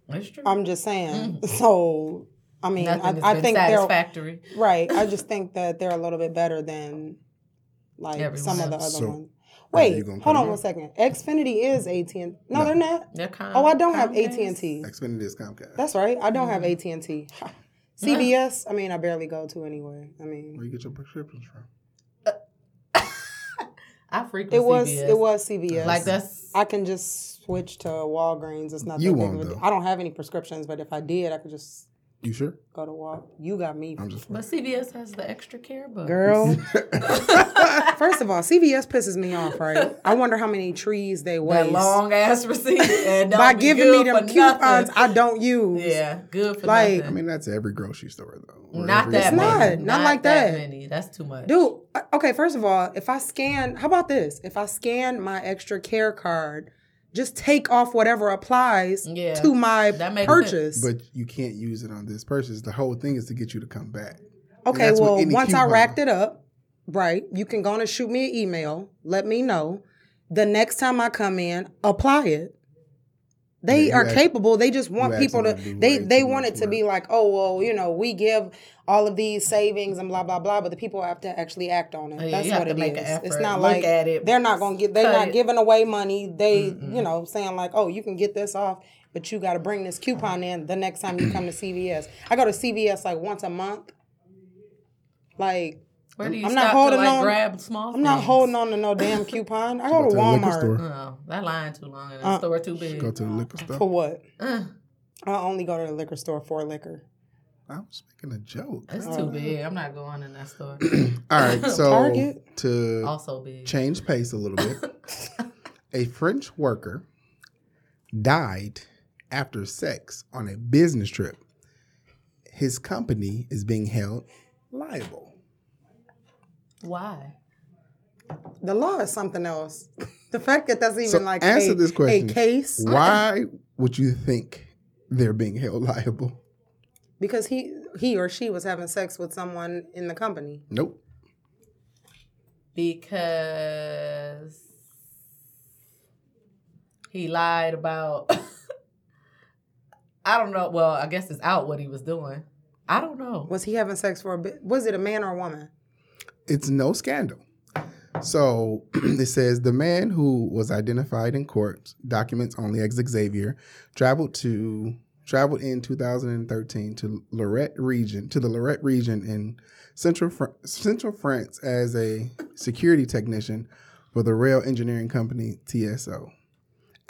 Speaker 3: That's true.
Speaker 2: I'm just saying. So I mean,
Speaker 3: Mm. Nothing has
Speaker 2: I, I
Speaker 3: been
Speaker 2: think they're
Speaker 3: satisfactory.
Speaker 2: right. I just think that they're a little bit better than like
Speaker 3: Everyone
Speaker 2: some of the other
Speaker 3: else.
Speaker 1: So,
Speaker 2: ones.
Speaker 1: you
Speaker 2: Wait,
Speaker 1: gonna cut
Speaker 2: hold
Speaker 1: it
Speaker 2: on
Speaker 1: off?
Speaker 2: one second. Xfinity is AT and no, they're not.
Speaker 3: They're kind.
Speaker 2: Oh, I don't have
Speaker 3: Comcast?
Speaker 2: AT and T.
Speaker 1: Xfinity is Comcast.
Speaker 2: That's right. I don't have
Speaker 3: Mm-hmm.
Speaker 2: AT and T. CBS. I mean, I barely go to anyway. I mean,
Speaker 1: Where you get your prescriptions from?
Speaker 3: I frequently
Speaker 2: It was
Speaker 3: CVS.
Speaker 2: it was CVS.
Speaker 3: like that's
Speaker 2: I can just switch to Walgreens. It's not
Speaker 1: You
Speaker 2: that big of
Speaker 1: won't,
Speaker 2: a deal.
Speaker 1: though.
Speaker 2: I don't have any prescriptions, but if I did, I could just
Speaker 1: You sure?
Speaker 2: go to Wal. You got me,
Speaker 1: I'm just.
Speaker 3: but CVS has the extra care book.
Speaker 2: girl. First of all, CVS pisses me off. Right? I wonder how many trees they
Speaker 3: That
Speaker 2: waste
Speaker 3: long ass receipt and
Speaker 2: by giving me them coupons I don't use.
Speaker 3: yeah, good for
Speaker 2: Like-
Speaker 1: I
Speaker 3: nothing.
Speaker 1: mean, that's every grocery store though.
Speaker 3: Not
Speaker 1: Wherever
Speaker 3: that
Speaker 1: you-
Speaker 2: It's
Speaker 3: many.
Speaker 2: not. Not like that.
Speaker 3: many. That's too much.
Speaker 2: Dude, uh, okay, first of all, if I scan, how about this? If I scan my extra care card, just take off whatever applies
Speaker 3: Yeah,
Speaker 2: to my
Speaker 3: that makes
Speaker 2: purchase.
Speaker 1: But you can't use it on this purchase. The whole thing is to get you to come back.
Speaker 2: okay,
Speaker 1: that's what
Speaker 2: well,
Speaker 1: any
Speaker 2: once I
Speaker 1: coupon-
Speaker 2: racked it up, right, you can go on and shoot me an email, let me know. The next time I come in, apply it. They
Speaker 1: Yeah, you
Speaker 2: are
Speaker 1: ask-
Speaker 2: capable. They just want
Speaker 1: you ask
Speaker 2: people to.
Speaker 1: them to do
Speaker 2: They
Speaker 1: way
Speaker 2: they
Speaker 1: too
Speaker 2: want
Speaker 1: much
Speaker 2: it to be
Speaker 1: work.
Speaker 2: like, oh well, you know, we give all of these savings and blah blah blah. But the people have to actually act on it.
Speaker 3: Oh, Yeah,
Speaker 2: That's
Speaker 3: you have
Speaker 2: what
Speaker 3: to
Speaker 2: it
Speaker 3: make an
Speaker 2: is. It's
Speaker 3: effort,
Speaker 2: not
Speaker 3: look
Speaker 2: like
Speaker 3: at it,
Speaker 2: they're not gonna get. They're
Speaker 3: cut
Speaker 2: not
Speaker 3: it.
Speaker 2: giving away money. They you know saying like, oh, you can get this off, but you got to bring this coupon in the next time you come to CVS. I go to CVS like once a month. Like
Speaker 3: Where do you
Speaker 2: I'm not
Speaker 3: stop
Speaker 2: holding
Speaker 3: to like
Speaker 2: on-
Speaker 3: grab small?
Speaker 2: I'm not holding on to no damn coupon. I go to
Speaker 1: to the liquor
Speaker 2: Walmart Mm.
Speaker 1: store.
Speaker 3: No, that line too long and the
Speaker 2: Uh,
Speaker 3: store too big.
Speaker 1: Go to the liquor store.
Speaker 2: for what?
Speaker 3: Uh,
Speaker 2: I only go to the liquor store for liquor.
Speaker 1: I was making a joke.
Speaker 3: it's
Speaker 2: Uh.
Speaker 3: too big. I'm not going in that store.
Speaker 1: All right, so
Speaker 2: Target?
Speaker 1: to
Speaker 3: also big.
Speaker 1: change pace a little bit, a French worker died after sex on a business trip. His company is being held liable.
Speaker 3: Why?
Speaker 2: The law is something else. The fact that that's even
Speaker 1: So
Speaker 2: like
Speaker 1: answer
Speaker 2: a,
Speaker 1: this question.
Speaker 2: a case
Speaker 1: Why would you think they're being held liable?
Speaker 2: because he he or she was having sex with someone in the company.
Speaker 1: Nope.
Speaker 3: Because he lied about. I don't know. Well, I guess it's out what he was doing. I don't know.
Speaker 2: Was he having sex for a bit? Was it a man or a woman?
Speaker 1: It's no scandal. So it says the man who was identified in court documents only ex Xavier traveled to traveled in 2013 to Lorette region to the Lorette region in central Fr- central France as a security technician for the rail engineering company TSO.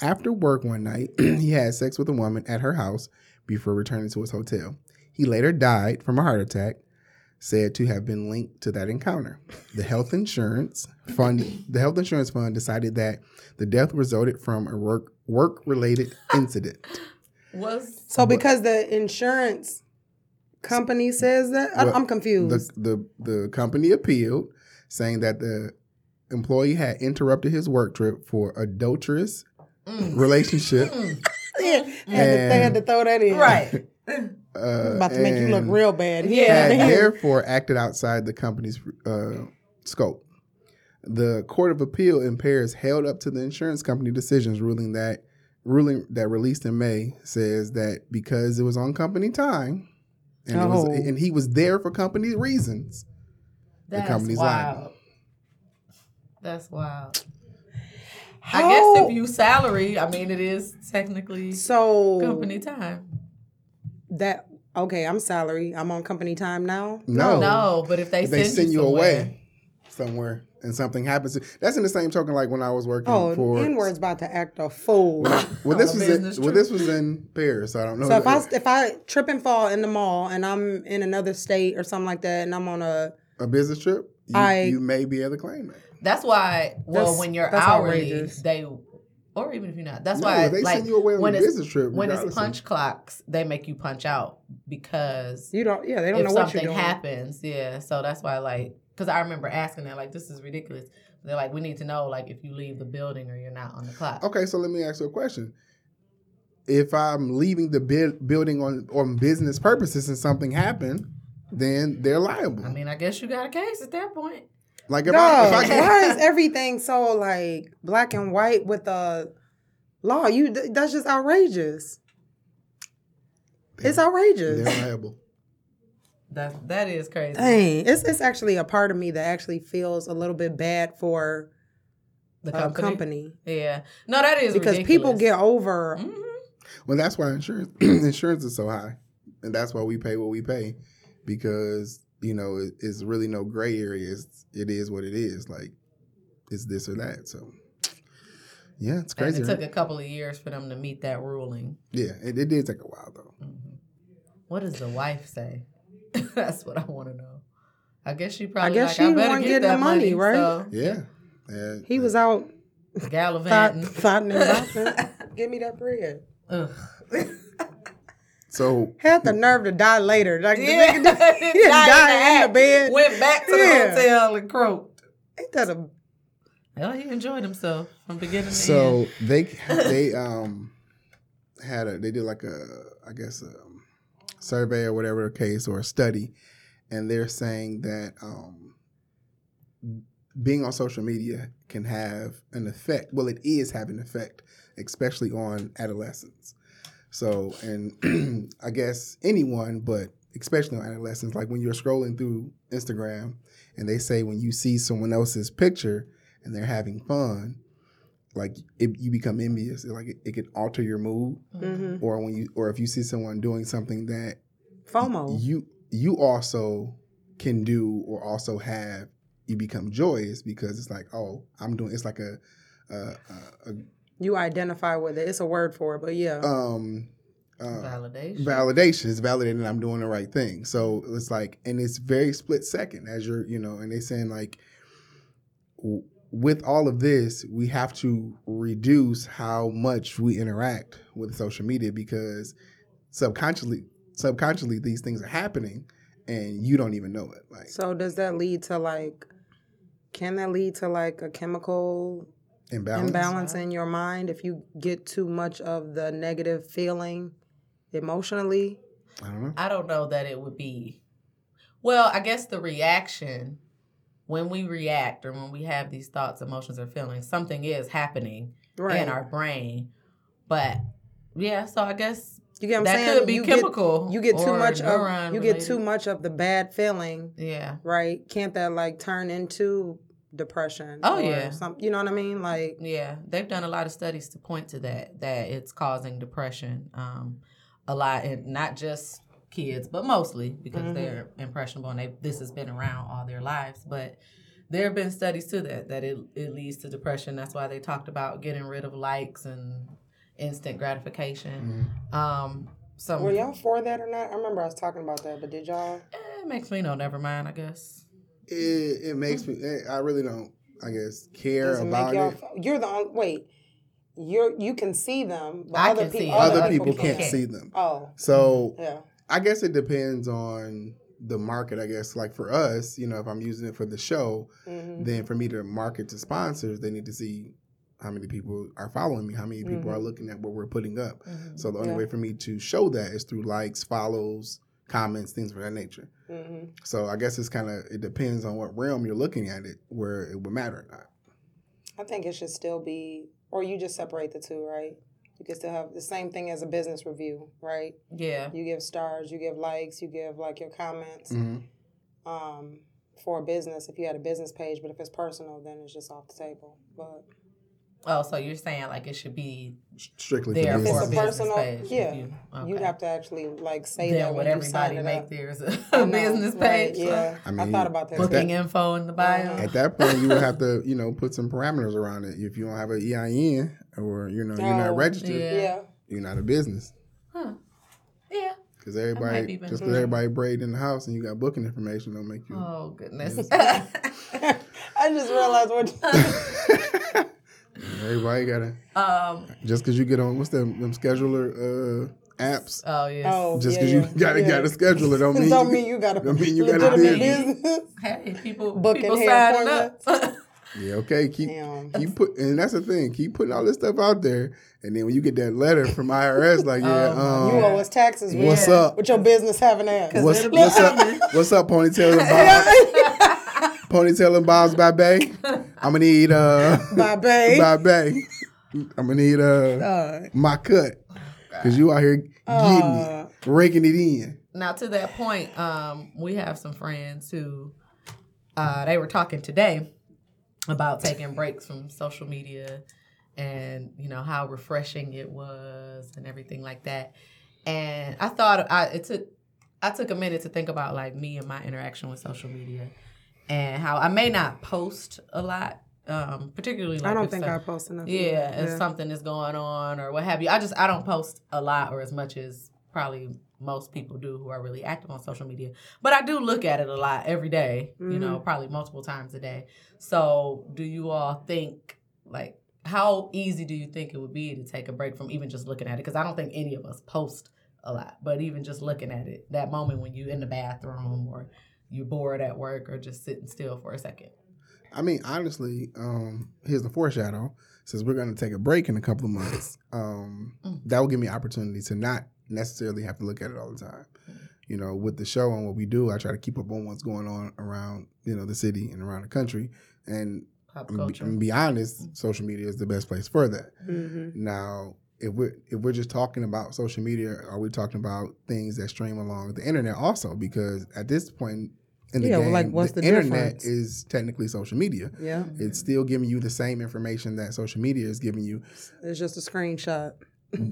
Speaker 1: After work one night, he had sex with a woman at her house before returning to his hotel. He later died from a heart attack said to have been linked to that encounter. The health insurance fund, the health insurance fund decided that the death resulted from a work work related incident.
Speaker 3: Was
Speaker 2: So because the insurance company says that, I,
Speaker 1: Well,
Speaker 2: I'm
Speaker 1: The,
Speaker 2: confused.
Speaker 1: the the company appealed, saying that the employee had interrupted his work trip for adulterous
Speaker 3: mm,
Speaker 1: relationship.
Speaker 2: yeah, had to, they had to throw that in.
Speaker 3: right.
Speaker 1: uh,
Speaker 2: about to make you look
Speaker 1: and-
Speaker 2: real bad.
Speaker 3: Yeah.
Speaker 2: Yeah,
Speaker 1: had
Speaker 2: man.
Speaker 1: therefore acted outside the company's uh, scope. The Court of Appeal in Paris held up to the insurance company decisions ruling that ruling that released in May says that because it was on company time and, it was,
Speaker 2: Oh.
Speaker 1: and he was there for company reasons,
Speaker 3: That's
Speaker 1: company's
Speaker 3: wild.
Speaker 1: liable.
Speaker 3: That's wild. I
Speaker 2: How-
Speaker 3: guess if you salary, I mean, it is technically
Speaker 2: so
Speaker 3: company time.
Speaker 2: that okay, I'm salary. I'm on company time now.
Speaker 1: No.
Speaker 3: No, but if they,
Speaker 1: they
Speaker 3: send,
Speaker 1: send
Speaker 3: you,
Speaker 1: you
Speaker 3: somewhere-
Speaker 1: away somewhere and something happens. to- That's in the same token like when I was working
Speaker 2: Oh,
Speaker 1: for
Speaker 2: N word's about to act a fool.
Speaker 1: Well, this
Speaker 3: a
Speaker 1: was in,
Speaker 3: business
Speaker 1: well,
Speaker 3: trip.
Speaker 1: this was in Paris, so I don't know.
Speaker 2: So if I
Speaker 1: that-
Speaker 2: if I trip and fall in the mall and I'm in another state or something like that and I'm on a
Speaker 1: a business trip, you,
Speaker 2: I-
Speaker 1: you may be able to claim it.
Speaker 3: That's why. Well,
Speaker 2: That's-
Speaker 3: when you're
Speaker 2: that's
Speaker 3: hourly,
Speaker 2: outrageous.
Speaker 3: they, or even if you're not, that's
Speaker 1: No,
Speaker 3: why.
Speaker 1: they
Speaker 3: like,
Speaker 1: send you away on
Speaker 3: when
Speaker 1: a
Speaker 3: it's-
Speaker 1: business trip.
Speaker 3: when it's
Speaker 1: regardless of-
Speaker 3: punch clocks, they make you punch out because
Speaker 2: you don't yeah they don't
Speaker 3: if
Speaker 2: know what you're
Speaker 3: something
Speaker 2: doing.
Speaker 3: happens, yeah. So that's why, like, because I remember asking that, like, this is ridiculous. They're like, we need to know, like, if you leave the building or you're not on the clock.
Speaker 2: Oh,
Speaker 1: Okay, so let me ask you a question. If I'm leaving the bu- building on on business purposes and something happened, then they're liable.
Speaker 3: I mean, I guess you got a case at that point.
Speaker 1: like if I,
Speaker 2: Dog,
Speaker 1: if I get-
Speaker 2: why is everything so like black and white with the law? You th- that's just outrageous. It's outrageous.
Speaker 1: they're liable.
Speaker 3: That that is crazy.
Speaker 2: Dang, it's it's actually a part of me that actually feels a little bit bad for
Speaker 3: The
Speaker 2: a company
Speaker 3: Yeah. No, that is
Speaker 2: because people get
Speaker 3: ridiculous. Mm-hmm.
Speaker 2: over.
Speaker 1: Well, that's why insurance insurance is so high, and that's why we pay what we pay because you know it, it's really no gray areas. It is what it is. Like it's this or that. So yeah, it's
Speaker 3: And
Speaker 1: crazy.
Speaker 3: it
Speaker 1: right?
Speaker 3: took a couple of years for them to meet that ruling.
Speaker 1: yeah, it, it did take a while though.
Speaker 3: Mm-hmm. What does the wife say? That's what I want to know. I guess she probably.
Speaker 2: guess
Speaker 3: like,
Speaker 2: she
Speaker 3: I better
Speaker 2: wasn't
Speaker 3: get
Speaker 2: getting the
Speaker 3: that money,
Speaker 2: money, right?
Speaker 3: So,
Speaker 1: Yeah. And-
Speaker 2: He was out
Speaker 3: gallivanting.
Speaker 2: fighting, fighting and boxing. Give me that bread.
Speaker 3: Ugh.
Speaker 1: so
Speaker 2: Had the nerve to die later. Like, the nigga just-
Speaker 3: Died
Speaker 2: died
Speaker 3: in the
Speaker 2: in the
Speaker 3: act.
Speaker 2: bed.
Speaker 3: Went back to
Speaker 2: Yeah.
Speaker 3: the hotel and croaked.
Speaker 2: ain't that a
Speaker 3: Well, he enjoyed himself from beginning to end.
Speaker 1: so they they um had a they did like a I guess a survey or whatever case or a study, and they're saying that um being on social media can have an effect. Well, it is having an effect, especially on adolescents. So, and I guess anyone, but especially on adolescents, like when you're scrolling through Instagram and they say when you see someone else's picture and they're having fun, like it, you become envious. Like it, it can alter your mood,
Speaker 3: Mm-hmm.
Speaker 2: mhm.
Speaker 1: or when you, or if you see someone doing something that
Speaker 2: FOMO?
Speaker 1: you you also can do or also have you become joyous because it's like oh I'm doing it's like a, a, a,
Speaker 2: You identify with it. It's a word for it, but yeah.
Speaker 1: a um uh,
Speaker 3: Validation.
Speaker 1: validation is validating I'm doing the right thing so it's like and it's very split second as you're you know and they saying like w- with all of this we have to reduce how much we interact with social media because subconsciously subconsciously these things are happening and you don't even know it like
Speaker 2: so does that lead to like? Can that lead to like a chemical
Speaker 1: imbalance,
Speaker 2: imbalance in your mind if you get too much of the negative feeling emotionally?
Speaker 1: i don't know
Speaker 3: I don't know that it would be. Well, I guess the reaction when we react or when we have these thoughts, emotions, or feelings, something is happening in our brain. But yeah, so I guess
Speaker 2: you get what I'm
Speaker 3: that
Speaker 2: saying?
Speaker 3: could be
Speaker 2: you
Speaker 3: chemical.
Speaker 2: Get, you get too
Speaker 3: or
Speaker 2: much
Speaker 3: neuron
Speaker 2: of you get too
Speaker 3: related.
Speaker 2: much of the bad feeling,
Speaker 3: Yeah.
Speaker 2: right? Can't that like turn into depression?
Speaker 3: Oh,
Speaker 2: or
Speaker 3: yeah.
Speaker 2: some, you know what I mean? Like
Speaker 3: Yeah, they've done a lot of studies to point to that that it's causing depression um, a lot, and not just kids, but mostly because
Speaker 2: Mm-hmm.
Speaker 3: they're impressionable and they this has been around all their lives. But there have been studies to that that it it leads to depression. That's why they talked about getting rid of likes and instant
Speaker 1: Mm-hmm.
Speaker 3: gratification. Um, some
Speaker 2: were Mm. y'all for that or not? I remember I was talking about that, but did y'all?
Speaker 3: Eh, it makes me no never mind. I guess
Speaker 1: it, it makes me eh, i really don't i guess care
Speaker 2: Does it
Speaker 1: about
Speaker 2: make y'all?
Speaker 1: it
Speaker 2: f- You're the only wait. You're you can see them, but
Speaker 3: I
Speaker 2: other
Speaker 3: can see
Speaker 2: people
Speaker 3: it.
Speaker 1: other,
Speaker 3: other
Speaker 1: people,
Speaker 3: people
Speaker 1: can't
Speaker 3: can't.
Speaker 1: see them
Speaker 2: Oh,
Speaker 1: so
Speaker 2: yeah.
Speaker 1: I guess it depends on the market. I guess like for us, you know, if I'm using it for the show,
Speaker 2: hmm
Speaker 1: then for me to market to sponsors, they need to see how many people are following me, how many people
Speaker 2: Mhm.
Speaker 1: are looking at what we're putting up.
Speaker 3: Mhm.
Speaker 1: So the only
Speaker 2: Yeah.
Speaker 1: way for me to show that is through likes, follows, comments, things of that nature.
Speaker 2: hmm
Speaker 1: So I guess it's kind of it depends on what realm you're looking at it, where it would matter or not.
Speaker 2: I think it should still be, or you just separate the two, right? You can still have the same thing as a business review, right?
Speaker 3: yeah.
Speaker 2: You give stars, you give likes, you give like your comments
Speaker 1: Mhm.
Speaker 2: um, for a business if you had a business page, but if it's personal, then it's just off the table. But
Speaker 3: Oh, so you're saying like it should be
Speaker 1: Strictly for
Speaker 3: there
Speaker 2: If it's
Speaker 3: for
Speaker 2: a
Speaker 3: a
Speaker 1: business.
Speaker 2: person- personal-
Speaker 3: personal page. if
Speaker 2: yeah.
Speaker 3: you,
Speaker 2: you'd
Speaker 3: okay.
Speaker 2: have to actually like say
Speaker 3: then
Speaker 2: that
Speaker 3: would
Speaker 2: when you sign
Speaker 3: everybody
Speaker 2: it
Speaker 3: make
Speaker 2: up.
Speaker 3: theirs
Speaker 2: I
Speaker 3: a
Speaker 2: know,
Speaker 3: business
Speaker 2: right,
Speaker 3: page?
Speaker 2: Yeah,
Speaker 1: I
Speaker 2: I,
Speaker 1: mean,
Speaker 2: thought about that.
Speaker 1: But
Speaker 3: Booking info in the bio.
Speaker 2: Uh-huh.
Speaker 1: At that point, you would have to, you know, put some parameters around it. If you don't have an EIN or you know you're
Speaker 2: Oh,
Speaker 1: not registered,
Speaker 2: yeah.
Speaker 3: yeah.
Speaker 1: you're not a business.
Speaker 3: Huh. Yeah.
Speaker 1: Because
Speaker 3: might
Speaker 1: everybody,
Speaker 3: be better.
Speaker 1: just because everybody braid in the house and you got booking information, don't make you.
Speaker 3: Oh goodness.
Speaker 2: I just realized what.
Speaker 1: Everybody gotta
Speaker 3: um.
Speaker 1: just because you get on what's them them scheduler uh, apps.
Speaker 3: Oh yes.
Speaker 2: Oh,
Speaker 1: Just
Speaker 2: yeah,
Speaker 1: because
Speaker 2: yeah,
Speaker 1: you gotta
Speaker 2: yeah.
Speaker 1: got a scheduler don't mean
Speaker 2: don't
Speaker 1: you-
Speaker 2: mean you got a
Speaker 1: don't mean you got a
Speaker 2: legitimate
Speaker 3: business.
Speaker 2: business.
Speaker 3: Hey, people.
Speaker 2: Booking
Speaker 3: people
Speaker 2: hair
Speaker 3: signing up.
Speaker 1: yeah okay keep
Speaker 2: Damn.
Speaker 1: keep put and that's the thing keep putting all this stuff out there and then when you get that letter from IRS like yeah
Speaker 3: Oh,
Speaker 1: um,
Speaker 2: You owe us taxes. with-
Speaker 1: what's up
Speaker 2: With your business having ass.
Speaker 1: what's,
Speaker 3: it'll be
Speaker 1: what's
Speaker 3: coming.
Speaker 1: up what's up ponytail and Bob's ponytail and Bob's by Bay I'm gonna need uh
Speaker 2: My babe.
Speaker 1: by Bay I'm gonna need uh my cut because you out here getting
Speaker 2: Uh.
Speaker 1: it, raking it in.
Speaker 3: now to that point, um, we have some friends who, uh, they were talking today about taking breaks from social media, and you know how refreshing it was and everything like that. And I thought I it took I took a minute to think about like me and my interaction with social media, and how I may not post a lot um, particularly like
Speaker 2: I don't
Speaker 3: if
Speaker 2: think
Speaker 3: some-
Speaker 2: I post enough.
Speaker 3: yeah, if
Speaker 2: Yeah.
Speaker 3: something is going on or what have you. I just I don't post a lot or as much as probably most people do who are really active on social media. But I do look at it a lot every day, you know, probably multiple times a day. So, do you all think like how easy do you think it would be to take a break from even just looking at it because I don't think any of us post a lot, but even just looking at it, that moment when you in the bathroom or you're bored at work or just sitting still for a second.
Speaker 1: I mean, honestly, um, here's the foreshadow. Since we're going to take a break in a couple of months, um,
Speaker 3: Mm.
Speaker 1: that will give me opportunity to not necessarily have to look at it all the time. You know, with the show and what we do, I try to keep up on what's going on around you know the city and around the country. And
Speaker 3: Pop
Speaker 1: I'm,
Speaker 3: culture.
Speaker 1: I'm be honest, social media is the best place for that.
Speaker 2: Mm-hmm.
Speaker 1: Now, if we're if we're just talking about social media, are we talking about things that stream along the internet also? Because at this point in the
Speaker 5: Yeah, well,
Speaker 1: game,
Speaker 5: like, what's
Speaker 1: the,
Speaker 5: the
Speaker 1: internet
Speaker 5: difference?
Speaker 1: is technically social media.
Speaker 2: Yeah,
Speaker 1: It's still giving you the same information that social media is giving you.
Speaker 2: it's just a screenshot.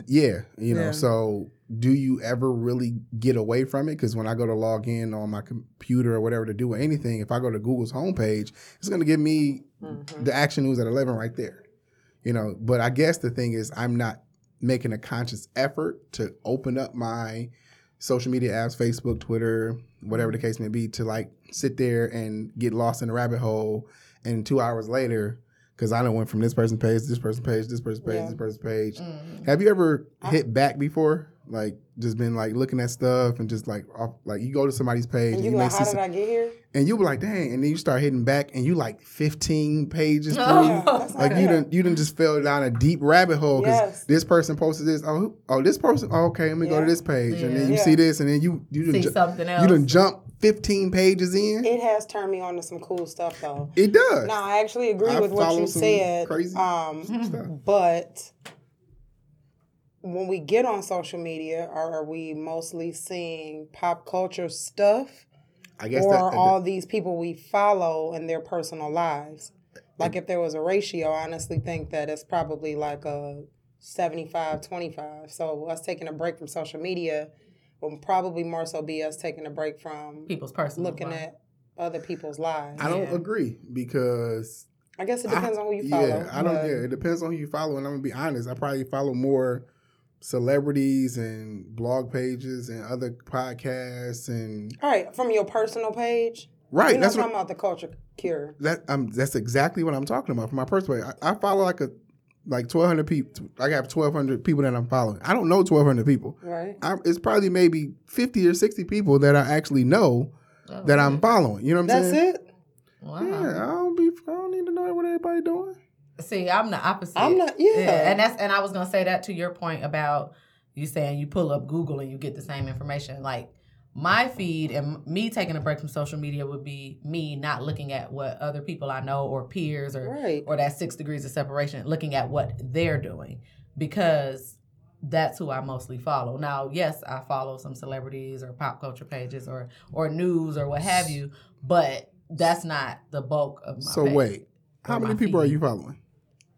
Speaker 1: Yeah, you know.
Speaker 2: Yeah.
Speaker 1: So, do you ever really get away from it? Because when I go to log in on my computer or whatever to do anything, if I go to Google's homepage, it's going to give me the action news at 11 right there you know but i guess the thing is i'm not making a conscious effort to open up my social media apps facebook twitter whatever the case may be to like sit there and get lost in a rabbit hole and two hours later because i don't went from this person page to this person page this person page
Speaker 2: Yeah.
Speaker 1: this person page
Speaker 3: Mm.
Speaker 1: have you ever hit back before like just been like looking at stuff and just like off, like you go to somebody's page and you, may see some-
Speaker 2: I get here?
Speaker 1: and you be like dang and then you start hitting back and you like 15 pages through like you didn't you didn't just fell down a deep rabbit hole because
Speaker 2: Yes.
Speaker 1: this person posted this. Oh, who- oh, this person. Oh, okay, let me go to
Speaker 2: Yeah.
Speaker 1: this page, and then you
Speaker 2: Yeah.
Speaker 1: see this, and then you you done
Speaker 3: see
Speaker 1: ju-
Speaker 3: something else.
Speaker 1: you done jump fifteen pages in.
Speaker 2: It has turned me on to some cool stuff though.
Speaker 1: It does.
Speaker 2: No, I actually agree
Speaker 1: I
Speaker 2: with what
Speaker 1: follow
Speaker 2: you
Speaker 1: some
Speaker 2: said.
Speaker 1: crazy
Speaker 2: um,
Speaker 1: Stuff.
Speaker 2: but when we get on social media, are we mostly seeing pop culture stuff,
Speaker 1: I guess
Speaker 2: or
Speaker 1: that,
Speaker 2: are
Speaker 1: that-
Speaker 2: all these people we follow and their personal lives? Like, if there was a ratio, I honestly think that it's probably like a 75 25. So, us taking a break from social media will probably more so be us taking a break from
Speaker 3: people's personal
Speaker 2: looking
Speaker 3: life.
Speaker 2: at other people's lives.
Speaker 1: I don't
Speaker 3: yeah.
Speaker 1: agree because
Speaker 2: I guess it
Speaker 1: I-
Speaker 2: depends on who you follow.
Speaker 1: yeah, I don't.
Speaker 2: but-
Speaker 1: Yeah, it depends on who you follow, and I'm gonna be honest. I probably follow more celebrities and blog pages and other podcasts and
Speaker 2: All right, from your personal page.
Speaker 1: right.
Speaker 2: We're not
Speaker 1: that's what
Speaker 2: talking about the culture cure.
Speaker 1: That um, that's exactly what I'm talking about. From my perspective, I, I follow like a like 1,200 people. I have 1,200 people that I'm following. I don't know 1,200 people.
Speaker 2: Right.
Speaker 1: I, it's probably maybe 50 or 60 people that I actually know that I'm following. You know what I'm
Speaker 2: That's
Speaker 1: saying?
Speaker 2: it.
Speaker 3: Wow.
Speaker 1: Yeah, I don't be. I don't need to know what everybody doing.
Speaker 3: See, I'm the opposite.
Speaker 2: I'm not- yeah.
Speaker 3: and that's and I was gonna say that to your point about you saying you pull up Google and you get the same information. Like my feed and me taking a break from social media would be me not looking at what other people I know or peers or
Speaker 2: Right.
Speaker 3: or that six degrees of separation, looking at what they're doing because that's who I mostly follow. Now, yes, I follow some celebrities or pop culture pages or or news or what have you, but that's not the bulk of my
Speaker 1: So
Speaker 3: page.
Speaker 1: wait, how
Speaker 3: Or
Speaker 1: many
Speaker 3: my
Speaker 1: people are
Speaker 3: feed.
Speaker 1: you following?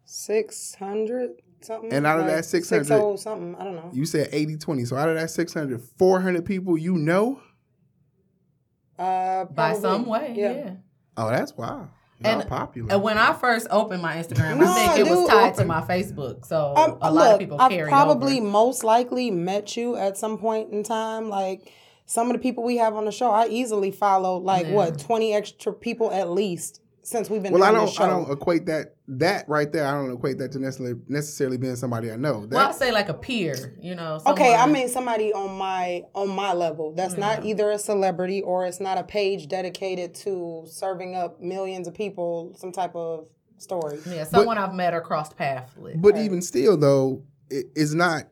Speaker 2: Six hundred something.
Speaker 1: And out of that 600
Speaker 2: six oh something. I don't know.
Speaker 1: You said 80 20. So out of that 600, 400 people you know.
Speaker 2: uh,
Speaker 3: by
Speaker 2: probably.
Speaker 3: some way. Yeah.
Speaker 1: Oh, that's wow.
Speaker 3: And-
Speaker 1: Y'all popular.
Speaker 3: And when I first opened my Instagram,
Speaker 2: No,
Speaker 3: I think it was
Speaker 2: dude,
Speaker 3: tied to
Speaker 2: open.
Speaker 3: my Facebook. So
Speaker 2: Um,
Speaker 3: a lot
Speaker 2: look,
Speaker 3: of people
Speaker 2: I've
Speaker 3: carried
Speaker 2: probably
Speaker 3: over.
Speaker 2: most likely met you at some point in time. Like some of the people we have on the show, I easily follow like what twenty extra people at least since we've been
Speaker 1: well, I
Speaker 2: doing the
Speaker 1: don't.
Speaker 2: show.
Speaker 1: I don't equate that. That right there, I don't equate that to necessarily necessarily being somebody I know. That,
Speaker 3: Well, I say like a peer, you know.
Speaker 2: Okay, I
Speaker 3: someone-
Speaker 2: mean somebody on my on my level. That's not either a celebrity or it's not a page dedicated to serving up millions of people some type of story.
Speaker 3: yeah, someone I've met or crossed paths with.
Speaker 1: But even still, though, it, it's not.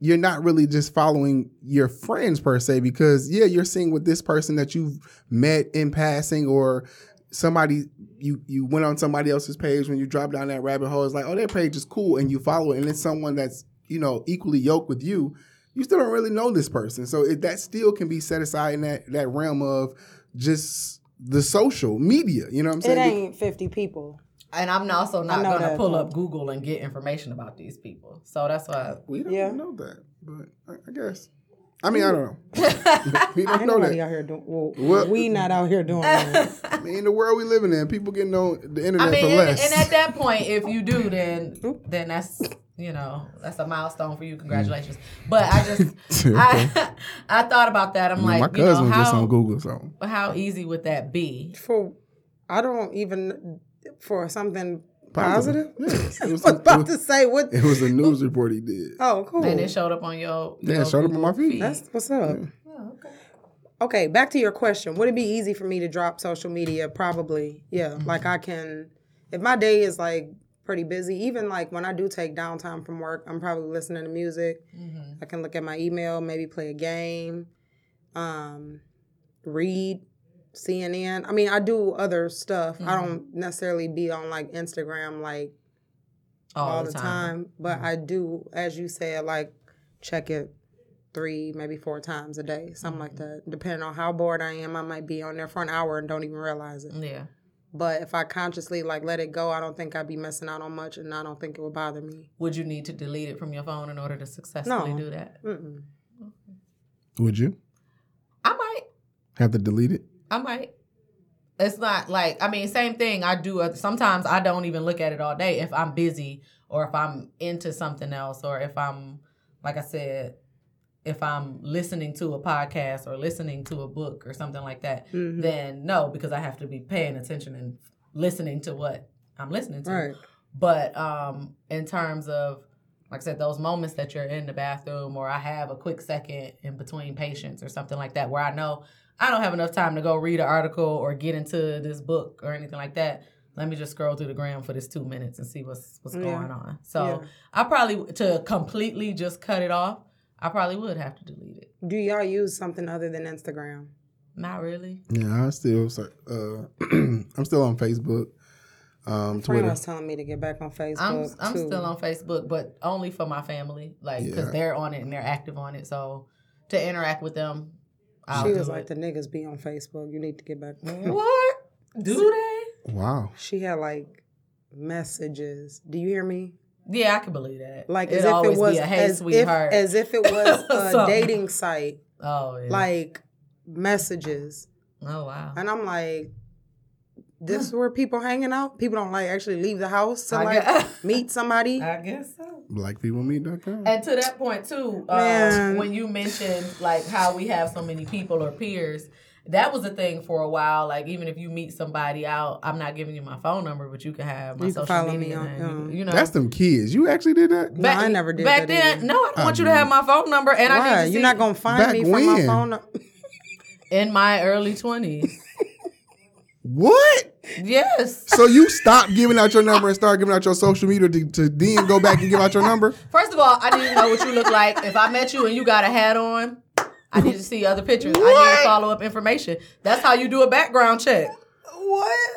Speaker 1: You're not really just following your friends per se, because yeah, you're seeing with this person that you've met in passing, or somebody you you went on somebody else's page when you drop down that rabbit hole. It's like, oh, their page is cool, and you follow it, and it's someone that's you know equally yoked with you. You still don't really know this person, so it, that still can be set aside in that that realm of just the social media. You know what I'm
Speaker 2: It
Speaker 1: saying?
Speaker 2: ain't fifty people.
Speaker 3: and I'm also not
Speaker 2: know
Speaker 3: going to
Speaker 2: that.
Speaker 3: pull up Google and get information about these people. So that's why.
Speaker 1: We don't
Speaker 2: Yeah.
Speaker 1: know that, but I, I guess I mean, I don't know. we don't
Speaker 2: Ain't
Speaker 1: know
Speaker 2: nobody
Speaker 1: that.
Speaker 2: out here doing. Well,
Speaker 1: What-
Speaker 2: We not out here doing. that.
Speaker 1: I mean, in the world we living in, people getting on the internet
Speaker 3: I mean,
Speaker 1: for
Speaker 3: and,
Speaker 1: less.
Speaker 3: and at that point, if you do, then then that's you know that's a milestone
Speaker 1: Mm.
Speaker 3: for you. Congratulations. But I just I I thought about that. I'm
Speaker 1: My
Speaker 3: like, you
Speaker 1: cousin
Speaker 3: know,
Speaker 1: was just on
Speaker 3: how
Speaker 1: Google, so
Speaker 3: how easy would that be?
Speaker 2: for I don't even for something
Speaker 1: Positive.
Speaker 2: positive.
Speaker 1: Yeah. It was-
Speaker 2: I was about to say what.
Speaker 1: it was a news report he did.
Speaker 2: Oh, cool.
Speaker 3: And it showed up on your
Speaker 1: Yeah, it
Speaker 3: your
Speaker 1: showed up on my
Speaker 3: Google
Speaker 1: feed.
Speaker 2: That's what's up.
Speaker 3: Oh, okay.
Speaker 2: Okay, back to your question. Would it be easy for me to drop social media? Probably. Yeah. Like I can if my day is like pretty busy, even like when I do take downtime from work, I'm probably listening to music. I can look at my email, maybe play a game, um, read CNN. I mean, I do other stuff. I don't necessarily be on like Instagram like
Speaker 3: All, Mm-hmm.
Speaker 2: all the time, but I do, as you said, like check it three, maybe four times a day, something like
Speaker 3: Mm-hmm.
Speaker 2: that. Depending on how bored I am, I might be on there for an hour and don't even realize it.
Speaker 3: Yeah.
Speaker 2: But if I consciously like let it go, I don't think I'd be missing out on much, and I don't think it would bother me.
Speaker 3: Would you need to delete it from your phone in order to successfully
Speaker 2: No.
Speaker 3: do that?
Speaker 2: Mm-mm.
Speaker 1: Would you
Speaker 3: I might.
Speaker 1: have to delete it?
Speaker 3: I might. It's not like I mean, same thing. I do uh, sometimes. I don't even look at it all day if I'm busy or if I'm into something else or if I'm, like I said, if I'm listening to a podcast or listening to a book or something like that.
Speaker 2: Mm-hmm.
Speaker 3: Then no, because I have to be paying attention and listening to what I'm listening to.
Speaker 2: Right.
Speaker 3: But um, in terms of, like I said, those moments that you're in the bathroom, or I have a quick second in between patients or something like that, where I know I don't have enough time to go read an article or get into this book or anything like that. Let me just scroll through the gram for this two minutes and see what's what's going on. So
Speaker 2: Yeah.
Speaker 3: I probably to completely just cut it off. I probably would have to delete it.
Speaker 2: Do y'all use something other than Instagram?
Speaker 3: Not really.
Speaker 1: Yeah, I still. Uh, I'm still on Facebook, um,
Speaker 2: Friend
Speaker 1: Twitter.
Speaker 2: was telling me to get back on Facebook.
Speaker 3: I'm I'm
Speaker 2: too.
Speaker 3: still on Facebook, but only for my family, like because
Speaker 1: Yeah.
Speaker 3: they're on it and they're active on it. So to interact with them, I'll
Speaker 2: She
Speaker 3: do
Speaker 2: was
Speaker 3: it.
Speaker 2: like, "The niggas be on Facebook. You need to get back." on it."
Speaker 3: What do they?
Speaker 1: Wow.
Speaker 2: She had like messages. Do you hear me?
Speaker 3: Yeah, I can believe that.
Speaker 2: Like
Speaker 3: It'd
Speaker 2: as if
Speaker 3: always
Speaker 2: it was
Speaker 3: be a hey
Speaker 2: as if,
Speaker 3: sweetheart.
Speaker 2: as if it was a
Speaker 3: Something.
Speaker 2: dating site,
Speaker 3: oh yeah.
Speaker 2: like messages,
Speaker 3: oh wow.
Speaker 2: and I'm like, this where people hanging out. People don't like actually leave the house to
Speaker 3: I
Speaker 2: like
Speaker 3: guess-
Speaker 2: meet somebody.
Speaker 3: I guess so.
Speaker 1: Blackpeoplemeet.com.
Speaker 3: And uh, to that point too, um,
Speaker 2: Man.
Speaker 3: when you mentioned like how we have so many people or peers, that was a thing for a while. Like even if you meet somebody out, I'm not giving you my phone number, but you can have my
Speaker 2: You can
Speaker 3: social
Speaker 2: follow me
Speaker 3: media.
Speaker 2: on-
Speaker 3: and you-
Speaker 2: um,
Speaker 3: you know,
Speaker 1: That's them kids. You actually did that?
Speaker 2: No, I never did
Speaker 3: Back
Speaker 2: that
Speaker 3: then,
Speaker 2: either.
Speaker 3: no, I don't want you to have my phone number, and I
Speaker 2: Why?
Speaker 3: didn't.
Speaker 2: You're not gonna find
Speaker 1: Back
Speaker 2: me from my
Speaker 1: when?
Speaker 2: phone. nu-
Speaker 3: in my early twenties.
Speaker 1: What?
Speaker 3: yes.
Speaker 1: So you stopped giving out your number and started giving out your social media to, to then go back and give out your number?
Speaker 3: First of all, I didn't know what you look like. If I met you and you got a hat on, I need to see other pictures. I need
Speaker 1: What?
Speaker 3: follow up information. That's how you do a background check.
Speaker 2: What?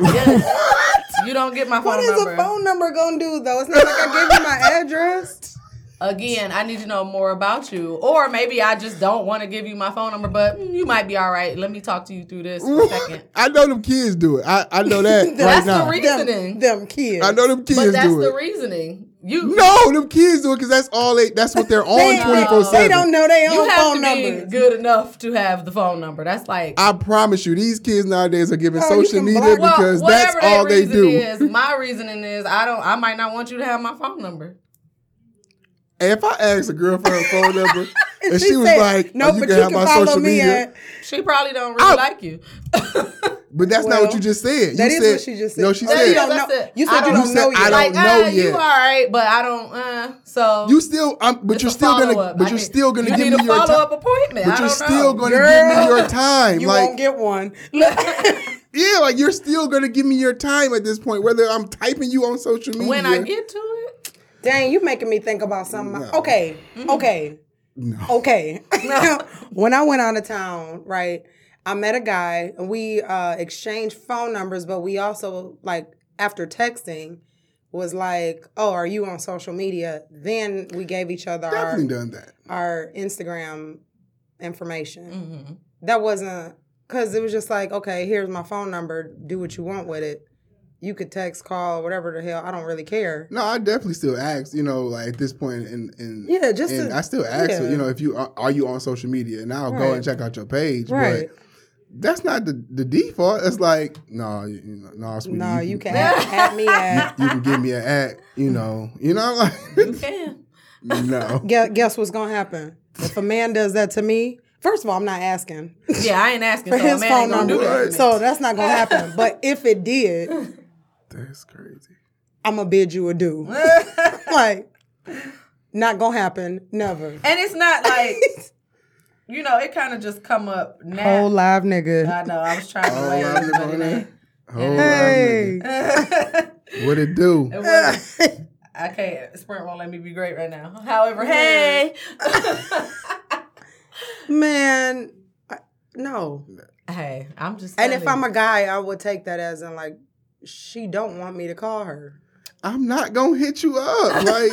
Speaker 3: Yes. you don't get my phone
Speaker 2: What is
Speaker 3: number
Speaker 2: a phone number gonna do though? It's not like I gave you my address.
Speaker 3: again. I need to know more about you, or maybe I just don't want to give you my phone number. But mm, you might be all right. Let me talk to you through this for a second.
Speaker 1: I know them kids do it. I, I know that right
Speaker 3: That's
Speaker 1: now.
Speaker 3: the
Speaker 2: Them,
Speaker 3: reasoning.
Speaker 2: them kids.
Speaker 1: I know them kids
Speaker 3: But that's
Speaker 1: do it.
Speaker 3: the reasoning. You
Speaker 1: no, them kids do it because that's all they. That's what they're on
Speaker 2: They-
Speaker 1: twenty four
Speaker 2: They don't
Speaker 1: seven.
Speaker 2: know their
Speaker 3: You
Speaker 2: own
Speaker 3: have
Speaker 2: phone
Speaker 3: to
Speaker 2: number.
Speaker 3: be good enough to have the phone number. That's like
Speaker 1: I promise you, these kids nowadays are giving
Speaker 2: Oh, you
Speaker 1: social
Speaker 2: can
Speaker 1: media
Speaker 2: block-
Speaker 3: well,
Speaker 1: because that's
Speaker 3: whatever their
Speaker 1: all they
Speaker 3: reason
Speaker 1: do.
Speaker 3: Is my reasoning is I don't. I might not want you to have my phone number.
Speaker 1: And if I asked a girl for her phone number and she,
Speaker 2: She
Speaker 1: was
Speaker 2: said,
Speaker 1: like,
Speaker 2: "No,
Speaker 1: oh,
Speaker 2: but
Speaker 1: you can
Speaker 2: you
Speaker 1: have
Speaker 2: can
Speaker 1: my
Speaker 2: follow
Speaker 1: social
Speaker 2: me
Speaker 1: media,"
Speaker 2: at-
Speaker 3: She probably don't really
Speaker 1: Ow.
Speaker 3: like you.
Speaker 1: but that's not
Speaker 2: Well,
Speaker 1: what you just said. You
Speaker 2: that is
Speaker 1: said,
Speaker 2: what she just said.
Speaker 1: No, she
Speaker 2: Oh,
Speaker 1: said
Speaker 2: you don't know- you said
Speaker 3: I
Speaker 2: you don't
Speaker 1: know
Speaker 3: you.
Speaker 1: yet. I
Speaker 3: like,
Speaker 1: don't know
Speaker 3: uh, You
Speaker 1: yet.
Speaker 3: all right, but I don't. Uh, so
Speaker 1: you still. I'm, but
Speaker 3: it's
Speaker 1: you're
Speaker 3: a
Speaker 1: still gonna.
Speaker 3: follow-up. I
Speaker 1: But you're
Speaker 3: need-
Speaker 1: still gonna
Speaker 3: you
Speaker 1: give
Speaker 3: need
Speaker 1: me
Speaker 3: a
Speaker 1: your
Speaker 3: follow
Speaker 1: time.
Speaker 3: up appointment. I
Speaker 1: But you're
Speaker 3: don't
Speaker 1: still
Speaker 3: know.
Speaker 1: gonna give me your time.
Speaker 2: You
Speaker 1: like
Speaker 2: won't get one.
Speaker 1: yeah, like you're still gonna give me your time at this point, whether I'm typing you on social media.
Speaker 3: when I get to it.
Speaker 2: Dang, you making me think about something.
Speaker 1: No.
Speaker 2: Okay, okay, okay.
Speaker 3: No.
Speaker 2: when I went out of town, right, I met a guy and we uh, exchanged phone numbers, but we also like after texting was like, "Oh, are you on social media?" Then we gave each other our,
Speaker 1: definitely done that.
Speaker 2: our Instagram information.
Speaker 3: Mhm.
Speaker 2: That wasn't because it was just like, "Okay, here's my phone number. Do what you want with it." you could text, call, whatever the hell. I don't really care.
Speaker 1: No, I definitely still ask. You know, like at this point, and and
Speaker 2: Yeah, just
Speaker 1: and
Speaker 2: to-
Speaker 1: I still ask.
Speaker 2: yeah.
Speaker 1: You know, if you are, are you on social media, and I'll go
Speaker 2: Right.
Speaker 1: and check out your page.
Speaker 2: Right.
Speaker 1: But that's not the, the default. It's like no, you, you know, no, sweetie,
Speaker 2: No, you can at, at me at.
Speaker 1: You can give me an act. You know, you know, like
Speaker 3: You can.
Speaker 1: no.
Speaker 2: Guess, guess what's gonna happen? If a man does that to me, first of all, I'm not asking
Speaker 3: Yeah, I ain't asking
Speaker 2: for
Speaker 3: so
Speaker 2: his
Speaker 3: a man
Speaker 2: phone
Speaker 3: ain't gonna do that.
Speaker 2: number,
Speaker 3: to me.
Speaker 2: so that's not gonna happen. But if it did,
Speaker 1: That's crazy.
Speaker 2: I'm gonna bid you adieu. like, not gonna happen. Never.
Speaker 3: and it's not like you know, it kind of just come up now.
Speaker 2: Whole live nigga.
Speaker 3: I know. I was trying
Speaker 1: Whole
Speaker 3: to wait,
Speaker 1: lot of
Speaker 3: but
Speaker 1: on
Speaker 3: it
Speaker 1: there.
Speaker 3: ain't.
Speaker 1: Whole
Speaker 2: Hey.
Speaker 1: lot of- Oh, What it do?
Speaker 3: It wasn't- I can't. Sprint won't let me be great right now. However, hey.
Speaker 2: Man, I, no.
Speaker 3: hey, I'm just.
Speaker 2: And
Speaker 3: telling
Speaker 2: if I'm a guy, I would take that as in like, she don't want me to call her.
Speaker 1: I'm not gonna hit you up. Like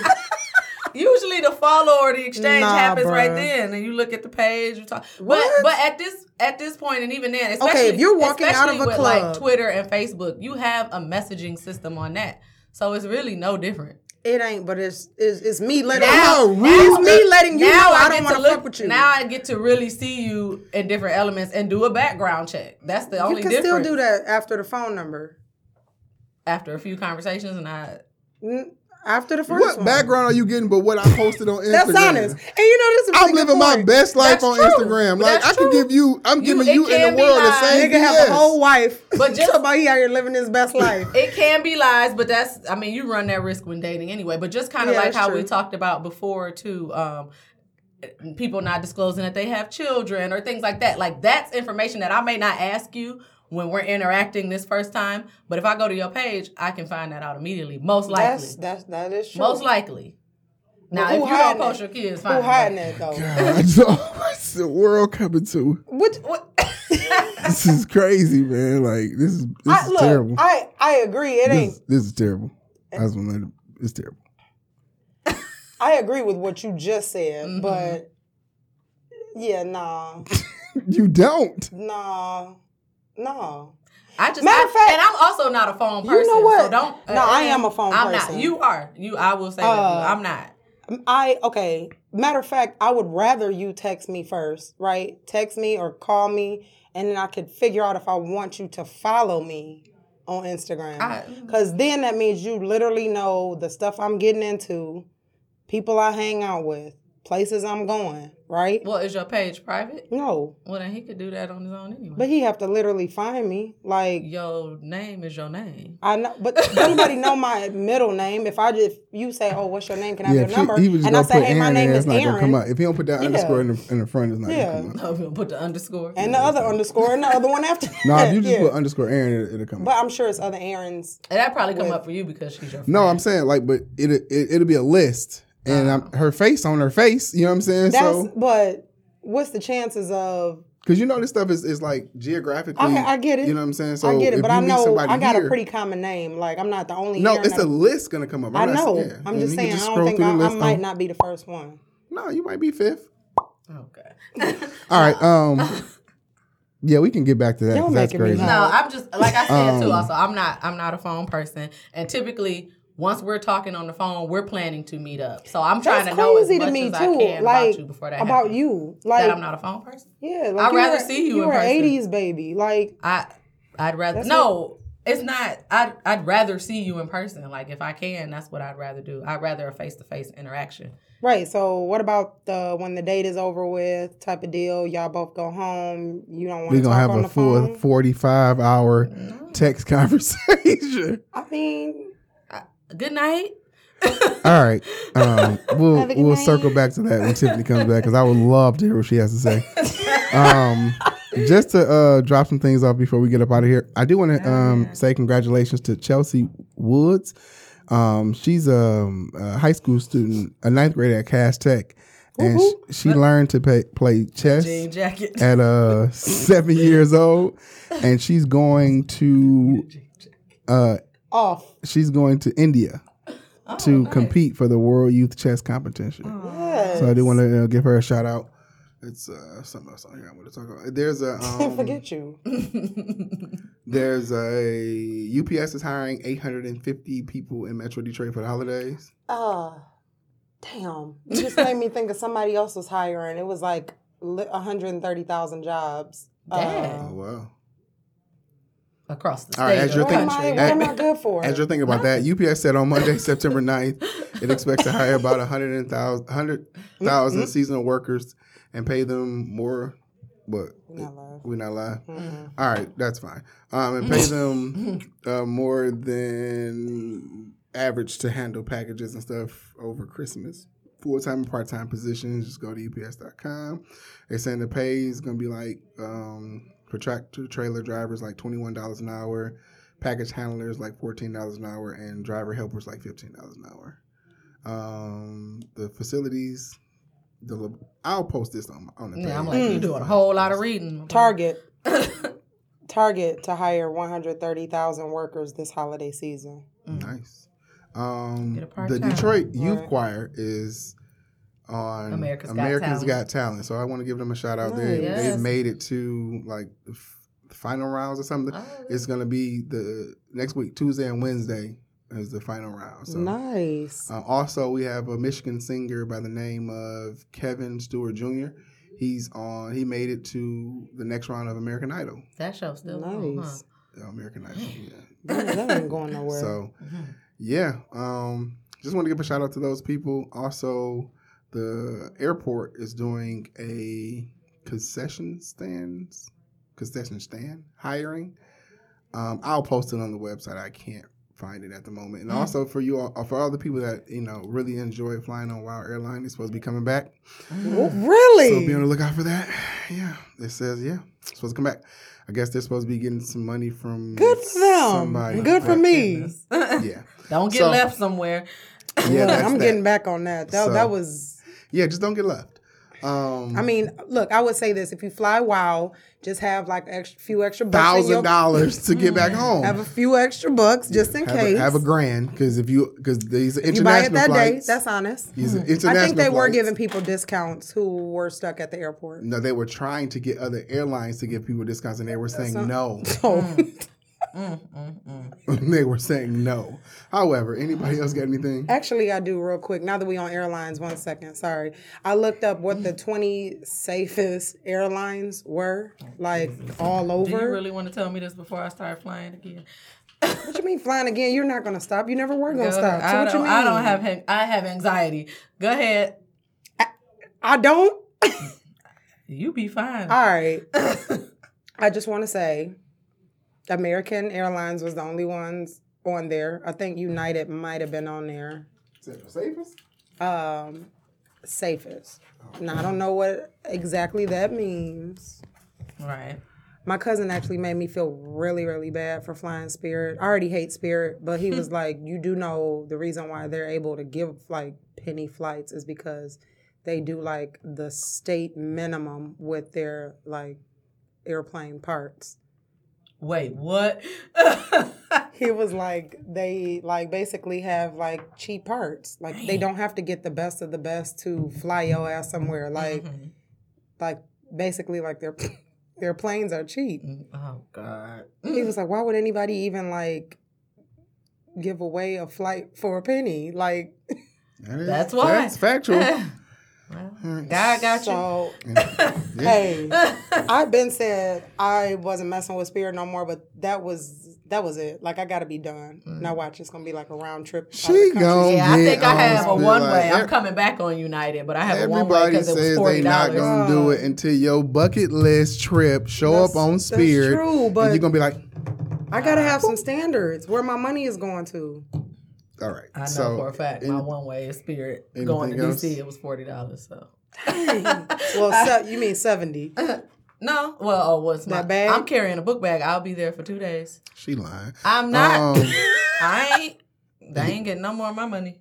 Speaker 3: you. usually the follow or the exchange
Speaker 2: Nah,
Speaker 3: happens right
Speaker 2: bruh.
Speaker 3: then, and you look at the page. You talk,
Speaker 2: What?
Speaker 3: but but at this at this point, and even then, especially
Speaker 2: Okay, if you're walking out
Speaker 3: especially
Speaker 2: of a
Speaker 3: with
Speaker 2: club-
Speaker 3: like Twitter and Facebook, you have a messaging system on that, so it's really no different.
Speaker 2: It ain't, but it's it's, it's me letting
Speaker 3: Now-
Speaker 2: her know. It's me letting you know I,
Speaker 3: get
Speaker 2: don't want to
Speaker 3: look-
Speaker 2: fuck with you.
Speaker 3: Now I get to really see you in different elements and do a background check. That's the
Speaker 2: you
Speaker 3: only
Speaker 2: can
Speaker 3: difference.
Speaker 2: still do that after the phone number.
Speaker 3: after a few conversations, and I
Speaker 2: Mm, After the first
Speaker 1: what
Speaker 2: one.
Speaker 1: background are you getting? But what I posted on Instagram?
Speaker 2: That's honest. And you know this is a really
Speaker 1: I'm
Speaker 2: good
Speaker 1: living my
Speaker 2: point.
Speaker 1: best life
Speaker 3: That's
Speaker 1: on
Speaker 3: true.
Speaker 1: Instagram. Like
Speaker 3: That's
Speaker 1: I can
Speaker 3: true.
Speaker 1: give you, I'm
Speaker 3: You-
Speaker 1: giving
Speaker 3: it
Speaker 1: you in
Speaker 3: can
Speaker 1: the
Speaker 3: be
Speaker 1: world the
Speaker 3: lies.
Speaker 1: same.
Speaker 2: Nigga have
Speaker 1: BS.
Speaker 2: a whole wife.
Speaker 3: But
Speaker 2: But just
Speaker 3: just-
Speaker 2: somebody out here living his best life.
Speaker 3: it can be lies, but that's I mean you run that risk when dating anyway. But just kind of
Speaker 2: Yeah,
Speaker 3: like
Speaker 2: that's
Speaker 3: how
Speaker 2: true.
Speaker 3: we talked about before too, um, people not disclosing that they have children or things like that. Like that's information that I may not ask you when we're interacting this first time, but if I go to your page, I can find that out immediately, most likely.
Speaker 2: That's that's that is true.
Speaker 3: Most likely. Now,
Speaker 2: who
Speaker 3: if you don't
Speaker 2: hiding
Speaker 3: post
Speaker 2: it?
Speaker 3: your kids, fine.
Speaker 2: Who
Speaker 3: but-
Speaker 2: hiding it though?
Speaker 1: God, so what's Oh the world coming to?
Speaker 2: What, what
Speaker 1: This is crazy, man. Like this is this
Speaker 2: I,
Speaker 1: is
Speaker 2: look,
Speaker 1: terrible.
Speaker 2: I Eh. I agree. It
Speaker 1: this,
Speaker 2: ain't.
Speaker 1: is- this is terrible. I just want to let it. It's terrible.
Speaker 2: I agree with what you just said, but yeah, nah,
Speaker 1: You don't.
Speaker 2: nah, nah.
Speaker 3: I just
Speaker 2: Matter
Speaker 3: I,
Speaker 2: of fact-
Speaker 3: and I'm also not a phone
Speaker 2: You
Speaker 3: person.
Speaker 2: know what?
Speaker 3: So don't. uh,
Speaker 2: No, I am a phone
Speaker 3: I'm
Speaker 2: person.
Speaker 3: not. You are. You. I will say that
Speaker 2: Uh,
Speaker 3: I'm not.
Speaker 2: I okay. Matter of fact, I would rather you text me first, right? Text me or call me, and then I could figure out if I want you to follow me on
Speaker 3: I-
Speaker 2: Instagram. Because then that means you literally know the stuff I'm getting into, people I hang out with, places I'm going, right?
Speaker 3: Well, is your page private?
Speaker 2: No,
Speaker 3: Well, then he could do that on his own anyway.
Speaker 2: but he have to literally find me, like.
Speaker 3: your name is your name.
Speaker 2: I know, but nobody know my middle name. If I just you say, "Oh, what's your name? Can I
Speaker 1: Yeah,
Speaker 2: have
Speaker 1: if
Speaker 2: your
Speaker 1: he,
Speaker 2: number?"
Speaker 1: he was just
Speaker 2: and I
Speaker 1: gonna
Speaker 2: say,
Speaker 1: put
Speaker 2: "Hey, my
Speaker 1: Aaron in,
Speaker 2: name
Speaker 1: it's
Speaker 2: is
Speaker 1: not gonna come
Speaker 2: Aaron,"
Speaker 1: up. If he don't put that underscore in the, in the front, it's not
Speaker 2: Yeah.
Speaker 1: gonna come up.
Speaker 3: Oh, we'll put the underscore.
Speaker 2: and the other underscore, and the other one after.
Speaker 1: No,
Speaker 2: that.
Speaker 1: if you just
Speaker 2: Yeah.
Speaker 1: put underscore Aaron, it, it'll come up.
Speaker 2: But I'm sure it's other errands.
Speaker 3: And that probably come up for you because she's your friend.
Speaker 1: No, I'm saying like, but it, it it'll be a list, and I'm, her face on her face. You know what I'm saying?
Speaker 2: Uh-huh. That's
Speaker 1: so,
Speaker 2: but what's the chances of
Speaker 1: because you know this stuff is, is like geographically.
Speaker 2: Okay, I get it.
Speaker 1: You know what I'm saying? So
Speaker 2: I get
Speaker 1: if
Speaker 2: it, but
Speaker 1: you
Speaker 2: I
Speaker 1: meet
Speaker 2: know
Speaker 1: somebody
Speaker 2: I got
Speaker 1: here-
Speaker 2: a pretty common name. Like I'm not the only
Speaker 1: No,
Speaker 2: Aaron
Speaker 1: it's a
Speaker 2: that-
Speaker 1: list gonna come up.
Speaker 2: I
Speaker 1: I'm not-
Speaker 2: know.
Speaker 1: yeah.
Speaker 2: I'm
Speaker 1: And
Speaker 2: just
Speaker 1: you can
Speaker 2: saying I
Speaker 1: scroll
Speaker 2: don't think
Speaker 1: through the
Speaker 2: I, I
Speaker 1: list
Speaker 2: might
Speaker 1: on-
Speaker 2: not be the first one.
Speaker 1: No, you might be fifth.
Speaker 3: Oh, God.
Speaker 1: All right. Um. yeah, we can get back to that.
Speaker 2: Y'all
Speaker 1: 'cause That's
Speaker 2: making me
Speaker 1: crazy.
Speaker 2: hot.
Speaker 3: No, I'm just like I said too. Also, I'm not. I'm not a phone person, and typically. Once we're talking on the phone, we're planning to meet up. So I'm trying
Speaker 2: That's
Speaker 3: to know as
Speaker 2: crazy
Speaker 3: much
Speaker 2: to me too.
Speaker 3: as I can
Speaker 2: like
Speaker 3: about you before that
Speaker 2: about
Speaker 3: happens.
Speaker 2: you. Like
Speaker 3: that I'm not a phone person.
Speaker 2: Yeah, like
Speaker 3: I'd
Speaker 2: you
Speaker 3: rather
Speaker 2: were-
Speaker 3: see you
Speaker 2: You
Speaker 3: in
Speaker 2: were
Speaker 3: person.
Speaker 2: '80s baby. Like
Speaker 3: I I'd rather
Speaker 2: That's
Speaker 3: no. it's not. I'd I'd rather see you in person. Like if I can, that's what I'd rather do. I'd rather a face to face interaction.
Speaker 2: right. So what about the when the date is over with type of deal? Y'all both go home. You don't want
Speaker 1: We're
Speaker 2: to
Speaker 1: gonna
Speaker 2: talk
Speaker 1: have
Speaker 2: on the
Speaker 1: a full
Speaker 2: phone.
Speaker 1: 45 hour text conversation.
Speaker 2: I mean,
Speaker 3: Good night.
Speaker 1: All right. Um, we'll
Speaker 2: Have a good
Speaker 1: we'll
Speaker 2: night.
Speaker 1: circle back to that when Tiffany comes back because I would love to hear what she has to say. Um, just to uh, drop some things off before we get up out of here, I do
Speaker 2: Oh,
Speaker 1: want to um, say congratulations to Chelsea Woods. Um, she's um, a high school student, a ninth grader at Cash Tech, and sh- she learned to pay, play chess
Speaker 3: Jean jacket.
Speaker 1: at uh, seven years old, and she's going to uh,
Speaker 2: off.
Speaker 1: she's going to India
Speaker 3: Oh,
Speaker 1: to compete for the World Youth Chess Competition. So I do want to uh, give her a shout out It's uh, something else on here I'm going to talk about. There's a um,
Speaker 2: Forget you.
Speaker 1: there's a UPS is hiring 850 people in Metro Detroit for the holidays.
Speaker 2: Ah, damn. You just made me think of somebody else was hiring. It was like li- 130,000 jobs. Uh,
Speaker 1: Oh
Speaker 3: Dang.
Speaker 1: wow!
Speaker 3: Across the state.
Speaker 1: All right, as you're
Speaker 2: what, am
Speaker 1: thinking,
Speaker 2: I, what
Speaker 1: as-
Speaker 2: am I good for?
Speaker 1: As you're thinking about that, UPS said on Monday, September 9th, it expects to hire about 100,000 100,000 seasonal workers and pay them more. But
Speaker 2: No, Mm-hmm. love. Mm-hmm.
Speaker 1: we're not lying.
Speaker 2: Mm-mm.
Speaker 1: All right, that's fine. Um, and pay them uh, more than average to handle packages and stuff over Christmas. Full time and part time positions, just go to E ups.com. They're saying the pay is going to be like um, for tractor trailer drivers, like $21 an hour, package handlers, like $14 an hour, and driver helpers, like $15 an hour. Um, the facilities, the lab- I'll post this on, on the page.
Speaker 3: Yeah, I'm like, you doing a whole lot of reading. Mm.
Speaker 2: Target. Target to hire 130,000 workers this holiday season.
Speaker 1: Nice. Um,
Speaker 3: Mm. Get a part
Speaker 1: the
Speaker 3: time.
Speaker 1: Detroit Youth
Speaker 2: Right.
Speaker 1: Choir is on
Speaker 3: America's Got
Speaker 1: America's
Speaker 3: Talent.
Speaker 1: Got Talent, so I want to give them a shout out. They
Speaker 3: Yes.
Speaker 1: they made it to like the f- final rounds or something.
Speaker 3: Oh.
Speaker 1: It's gonna be the next week, Tuesday and Wednesday is the final round. So
Speaker 2: Nice.
Speaker 1: uh, also, we have a Michigan singer by the name of Kevin Stewart Jr. He's on. He made it to the next round of American Idol. Uh,
Speaker 3: That show still on, huh?
Speaker 2: nice.
Speaker 1: American Idol. Yeah.
Speaker 2: That, that ain't going nowhere.
Speaker 1: So,
Speaker 3: Mm-hmm.
Speaker 1: yeah, um, just want to give a shout out to those people. Also, the airport is doing a concession stands, concession stand hiring. Um, I'll post it on the website. I can't find it at the moment.
Speaker 2: Mm.
Speaker 1: And also for you all, for all the people that you know really enjoy flying on Wild Airline, it's supposed to be coming back.
Speaker 2: Oh,
Speaker 3: Mm-hmm.
Speaker 2: really?
Speaker 1: So be on the lookout for that. Yeah, it says yeah, it's supposed to come back. I guess they're supposed to be getting some money from
Speaker 2: Good for them. Good for
Speaker 1: but-
Speaker 2: me.
Speaker 1: Yeah.
Speaker 3: Don't get
Speaker 1: So-
Speaker 3: left somewhere.
Speaker 1: Yeah,
Speaker 2: Look,
Speaker 1: that's
Speaker 2: I'm
Speaker 1: that.
Speaker 2: getting back on that. That,
Speaker 1: So-
Speaker 2: that was.
Speaker 1: Yeah, just don't get left. Um,
Speaker 2: I mean, look, I would say this: if you fly wow, just have like a few extra bucks. in
Speaker 1: thousand
Speaker 2: your-
Speaker 1: dollars to get back home.
Speaker 2: Have a few extra bucks just in
Speaker 1: Have a-
Speaker 2: case.
Speaker 1: have a grand because if you because these are
Speaker 2: you buy
Speaker 1: international
Speaker 2: it that
Speaker 1: flights.
Speaker 2: day. That's honest.
Speaker 1: these are
Speaker 2: I
Speaker 1: international
Speaker 2: think they were
Speaker 1: flights.
Speaker 2: giving people discounts who were stuck at the airport.
Speaker 1: No, they were trying to get other airlines to give people discounts, and they were saying no.
Speaker 2: So
Speaker 1: Mm. they were saying no. However, anybody else got anything?
Speaker 2: actually, I do real quick. Now that we on airlines, one second. Sorry, I looked up what the 20 safest airlines were, like all
Speaker 3: Do you
Speaker 2: over.
Speaker 3: really want to tell me this before I start flying again?
Speaker 2: What you mean flying again? You're not gonna stop. You never were gonna stop. So
Speaker 3: I,
Speaker 2: what
Speaker 3: don't,
Speaker 2: you mean?
Speaker 3: I don't have hang- I have anxiety. Go ahead.
Speaker 2: I don't.
Speaker 3: You be fine.
Speaker 2: All right. I just want to say American Airlines was the only ones on there. I think United might have been on there.
Speaker 1: Safest?
Speaker 2: Um, safest. Now, I don't know what exactly that means.
Speaker 3: right.
Speaker 2: My cousin actually made me feel really, really bad for flying Spirit. I already hate Spirit, but he was like, "You do know the reason why they're able to give like penny flights is because they do like the state minimum with their like airplane parts."
Speaker 3: Wait, what?
Speaker 2: He was like, "They like basically have like cheap parts. Like they don't have to get the best of the best to fly your ass somewhere. Like, like basically like their their planes are cheap."
Speaker 3: oh God.
Speaker 2: He was like, why would anybody even like give away a flight for a penny? Like,
Speaker 3: That's why.
Speaker 1: That's factual.
Speaker 3: God got
Speaker 2: so
Speaker 1: Yeah.
Speaker 2: hey, I've been said I wasn't messing with Spirit no more, but that was that was it. Like, I gotta be done. Now watch, it's gonna be like a round trip. out of
Speaker 1: Mm.
Speaker 2: the
Speaker 1: She
Speaker 2: country.
Speaker 1: gone.
Speaker 3: you. Yeah, I think I have a one way.
Speaker 1: Like,
Speaker 3: I'm coming back on United, but I have a one way
Speaker 1: Everybody
Speaker 3: because it was
Speaker 1: says
Speaker 3: forty
Speaker 1: they not
Speaker 3: dollars.
Speaker 1: gonna do it until your bucket list trip show up
Speaker 2: Oh. That's-
Speaker 1: on
Speaker 2: that's
Speaker 1: Spirit.
Speaker 2: true, but-
Speaker 1: and you're gonna be like,
Speaker 2: I gotta have some standards where my money is going to.
Speaker 1: all right.
Speaker 3: I know
Speaker 1: so
Speaker 3: for a fact my one way is Spirit going to
Speaker 1: anything else?
Speaker 3: DC. It was forty dollars. So
Speaker 2: Well, se- you mean 70.
Speaker 3: no, well, oh, what's my
Speaker 2: That bag?
Speaker 3: I'm carrying a book bag. I'll be there for two days.
Speaker 1: she lying.
Speaker 3: I'm not.
Speaker 1: Um,
Speaker 3: I ain't. They ain't getting no more of my money.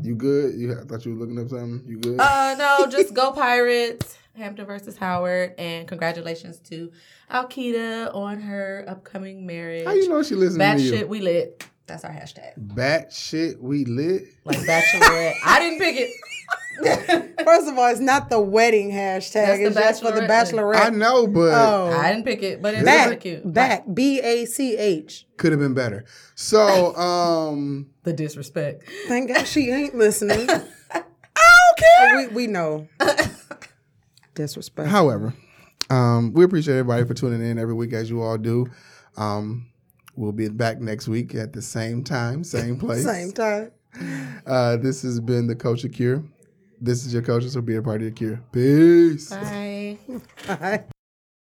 Speaker 1: You good? You I thought you were looking up something. You good?
Speaker 2: Oh,
Speaker 3: Uh, no, just go Pirates. Hampton versus Howard, and congratulations to Alkita on her upcoming marriage.
Speaker 1: How you know she listening
Speaker 3: Bat
Speaker 1: to you?
Speaker 3: shit, we lit. That's our hashtag.
Speaker 1: Bat shit, we lit.
Speaker 3: Like bachelorette. I didn't pick it.
Speaker 2: First of all, it's not the wedding hashtag.
Speaker 3: That's the
Speaker 2: it's just for the
Speaker 3: bachelorette.
Speaker 1: I
Speaker 2: bachelorette.
Speaker 1: know, but
Speaker 2: Oh,
Speaker 3: I didn't pick it, but it's
Speaker 2: back,
Speaker 3: really cute.
Speaker 2: back, B A C H.
Speaker 1: could have been better. So, um,
Speaker 3: The disrespect.
Speaker 2: Thank God she ain't listening.
Speaker 3: I
Speaker 2: we we know. Disrespect.
Speaker 1: however, um, we appreciate everybody for tuning in every week as you all do. Um, we'll be back next week at the same time, same place.
Speaker 2: Same time.
Speaker 1: Uh, this has been the Culture Cure. This is your culture, so be a part of the cure. Peace.
Speaker 3: don't care. Bye.
Speaker 2: Bye.